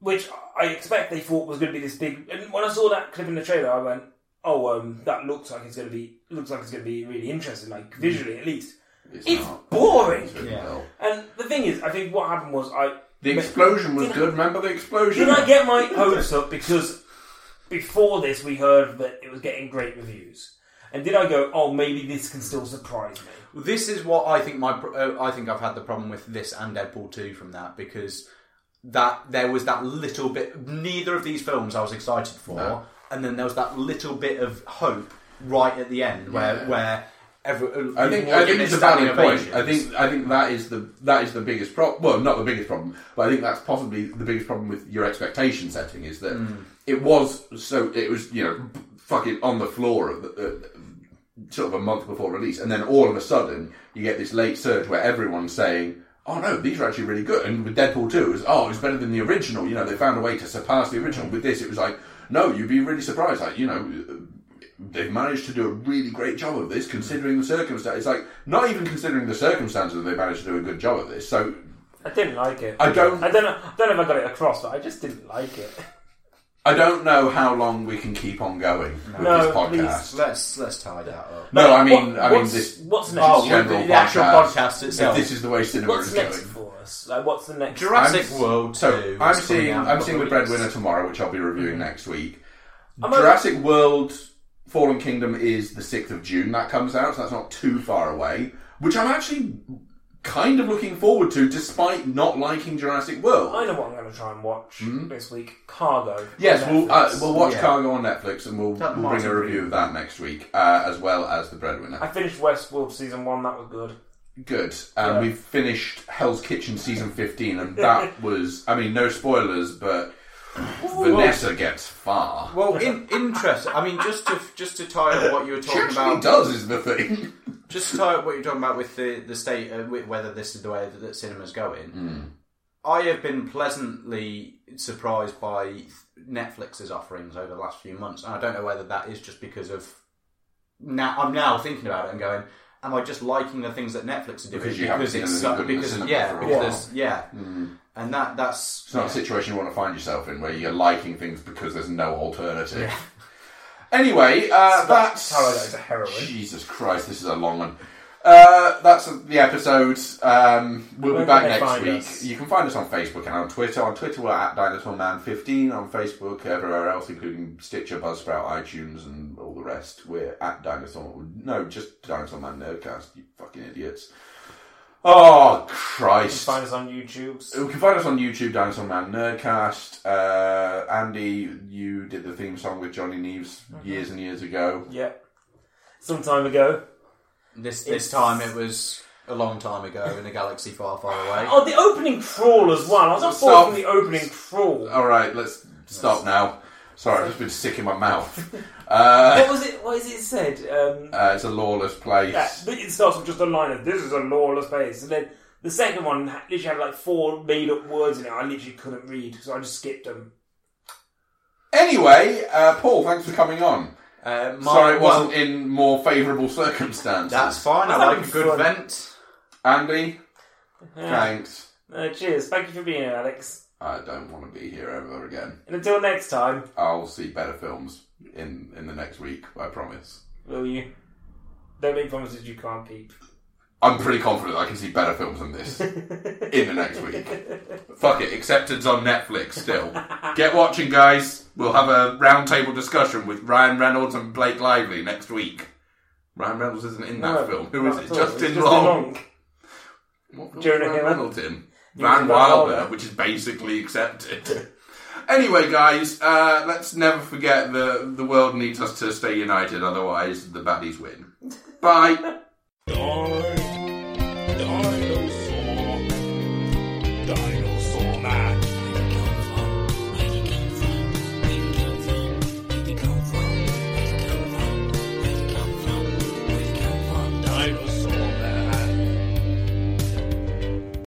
Speaker 1: which I expect they thought was going to be this big. And when I saw that clip in the trailer, I went, "Oh, um, that looks like it's going to be looks like it's going to be really interesting, like
Speaker 2: Hmm.
Speaker 1: visually at least." It's
Speaker 2: not.
Speaker 1: boring.
Speaker 2: It's really
Speaker 3: Yeah.
Speaker 2: dull.
Speaker 1: And the thing is, I think what happened was I
Speaker 2: The explosion was
Speaker 1: Did I-
Speaker 2: good. Remember the explosion?
Speaker 1: Did I get my hopes up because before this we heard that it was getting great reviews, and did I go, oh, maybe this can still surprise me?
Speaker 3: this is what I think. My, pr- uh, I think I've had the problem with this and Deadpool two from that because that there was that little bit. Neither of these films I was excited for, and then there was that little bit of hope right at the end where
Speaker 2: Yeah.
Speaker 3: where. Every, uh,
Speaker 2: I think, I think it's a valid point. I think I think that is the that is the biggest problem. Well, not the biggest problem, but I think that's possibly the biggest problem with your expectation setting is that it was so it was you know b- fucking on the floor of the, uh, sort of a month before release, and then all of a sudden you get this late surge where everyone's saying. Oh no, these are actually really good. And with Deadpool 2, it was, oh, it was better than the original. You know, they found a way to surpass the original. With this, it was like, no, you'd be really surprised. Like, you know, they've managed to do a really great job of this considering the circumstance. It's like not even considering the circumstances they managed to do a good job of this. So
Speaker 1: I didn't like it.
Speaker 2: I don't
Speaker 1: I don't know. I don't know if I got it across, but I just didn't like it.
Speaker 2: I don't know how long we can keep on going with
Speaker 1: No,
Speaker 2: this podcast.
Speaker 3: let's let's tie that up.
Speaker 2: No, I mean
Speaker 1: What-
Speaker 2: I mean
Speaker 1: what's,
Speaker 2: this
Speaker 1: What's next?
Speaker 3: Oh, with
Speaker 2: general
Speaker 3: the, the actual
Speaker 2: podcast.
Speaker 3: podcast
Speaker 2: if
Speaker 3: itself.
Speaker 2: this is the way cinema
Speaker 1: what's
Speaker 2: is
Speaker 1: next
Speaker 2: going.
Speaker 1: for us? Like, what's the next?
Speaker 3: Jurassic
Speaker 2: I'm-
Speaker 3: World 2.
Speaker 2: So I'm
Speaker 3: is coming
Speaker 2: seeing
Speaker 3: out
Speaker 2: I'm
Speaker 3: in
Speaker 2: seeing
Speaker 3: a
Speaker 2: the
Speaker 3: couple of
Speaker 2: breadwinner
Speaker 3: weeks. Mm-hmm.
Speaker 2: tomorrow, which I'll be reviewing next week.
Speaker 1: Am I-
Speaker 2: Jurassic World Fallen Kingdom is the 6th of June that comes out, so that's not too far away, which I'm actually kind of looking forward to despite not liking Jurassic World.
Speaker 1: I know what I'm going to try and watch this week. Cargo.
Speaker 2: Hmm? Yes,
Speaker 1: on
Speaker 2: we'll,
Speaker 1: Netflix.
Speaker 2: uh, we'll watch
Speaker 3: Yeah.
Speaker 2: Cargo on Netflix and we'll,
Speaker 3: That
Speaker 2: we'll bring a
Speaker 3: might be-
Speaker 2: review of that next week, uh, as well as The
Speaker 1: I
Speaker 2: Breadwinner.
Speaker 1: finished Westworld season one. That was good.
Speaker 2: Good. And
Speaker 1: Yeah.
Speaker 2: we've finished Hell's Kitchen season 15, and that was, I mean, no spoilers, but Vanessa gets far.
Speaker 3: Well, in, interest. I mean, just to just to tie up what you were
Speaker 2: She
Speaker 3: talking
Speaker 2: actually
Speaker 3: about,
Speaker 2: does, is the thing.
Speaker 3: just to tie up what you're talking about with the the state, uh, with whether this is the way that, that cinema's going.
Speaker 2: Hmm.
Speaker 3: I have been pleasantly surprised by Netflix's offerings over the last few months, and I don't know whether that is just because of now. I'm now thinking about it and going, "Am I just liking the things that Netflix are doing
Speaker 2: Because you haven't seen
Speaker 3: it's
Speaker 2: anything good in the
Speaker 3: because
Speaker 2: cinema
Speaker 3: yeah
Speaker 2: for a Hmm.
Speaker 3: because
Speaker 1: while.
Speaker 3: there's- yeah." And that that's
Speaker 2: It's not a situation you want to find yourself in where you're liking things because there's no alternative.
Speaker 3: Yeah.
Speaker 2: Anyway, uh,
Speaker 1: That's
Speaker 2: that's.
Speaker 1: how I got into heroin.
Speaker 2: Jesus Christ, this is a long one. Uh, that's the episode. Um, we'll be
Speaker 1: Where
Speaker 2: back
Speaker 1: can they
Speaker 2: next
Speaker 1: find
Speaker 2: week.
Speaker 1: us?
Speaker 2: You can find us on Facebook and on Twitter. On Twitter, we're at DinosaurMan15. On Facebook, everywhere else, including Stitcher, Buzzsprout, iTunes, and all the rest. We're at Dinosaur. No, just Dinosaur Man Nerdcast. You fucking idiots. Oh
Speaker 1: You can
Speaker 2: Christ!
Speaker 1: find us on YouTube.
Speaker 2: You can find us on YouTube, Dinosaur Man Nerdcast. Uh, Andy, you did the theme song with Johnny Neves
Speaker 3: Mm-hmm.
Speaker 2: years and years ago.
Speaker 1: Yeah. Some time ago.
Speaker 3: This this
Speaker 1: It's-
Speaker 3: time it was a long time ago in a galaxy far, far away.
Speaker 1: Oh, the opening crawl as well. I was not
Speaker 2: Stop. Uh.
Speaker 1: from the opening crawl.
Speaker 2: All right, let's stop now. Sorry, I've just been sick in my mouth. Uh,
Speaker 1: What was it? What is it said? Um,
Speaker 2: uh, it's a lawless place.
Speaker 1: yeah, it starts with just a line of "This is a lawless place," and then the second one ha- literally had like four made-up words in it. I literally couldn't read, so I just skipped them.
Speaker 2: Anyway, uh, Paul, thanks for coming on.
Speaker 3: Uh, my-
Speaker 2: Sorry, it
Speaker 3: well,
Speaker 2: wasn't in more favourable circumstances.
Speaker 3: That's fine. I
Speaker 1: That'd
Speaker 3: like
Speaker 1: be
Speaker 3: a good
Speaker 1: fun.
Speaker 3: vent.
Speaker 2: Andy,
Speaker 1: Yeah.
Speaker 2: thanks.
Speaker 1: Uh, cheers. Thank you for being here, Alex.
Speaker 2: I don't want to be here ever again.
Speaker 1: And until next time,
Speaker 2: I'll see better films in in the next week. I promise.
Speaker 1: will you? Don't make promises you can't keep.
Speaker 2: I'm pretty confident I can see better films than this in the next week. Fuck it, acceptance on Netflix still. Get watching, guys. We'll have a roundtable discussion with Ryan Reynolds and Blake Lively next week. Ryan Reynolds isn't in that
Speaker 1: No,
Speaker 2: film. Who
Speaker 1: not
Speaker 2: is
Speaker 1: at
Speaker 2: it?
Speaker 1: all. It's
Speaker 2: Justin
Speaker 1: Justin
Speaker 2: Long.
Speaker 1: Long.
Speaker 2: What film
Speaker 1: Jonah
Speaker 2: was Ryan
Speaker 1: Hill.
Speaker 2: Reynolds in?
Speaker 1: was
Speaker 2: Van
Speaker 1: in Van
Speaker 2: Wilder,
Speaker 1: Wilder.
Speaker 2: which is basically accepted. anyway, guys, uh, let's never forget that the world needs us to stay united, otherwise the baddies win. Bye.
Speaker 4: Darn, darn those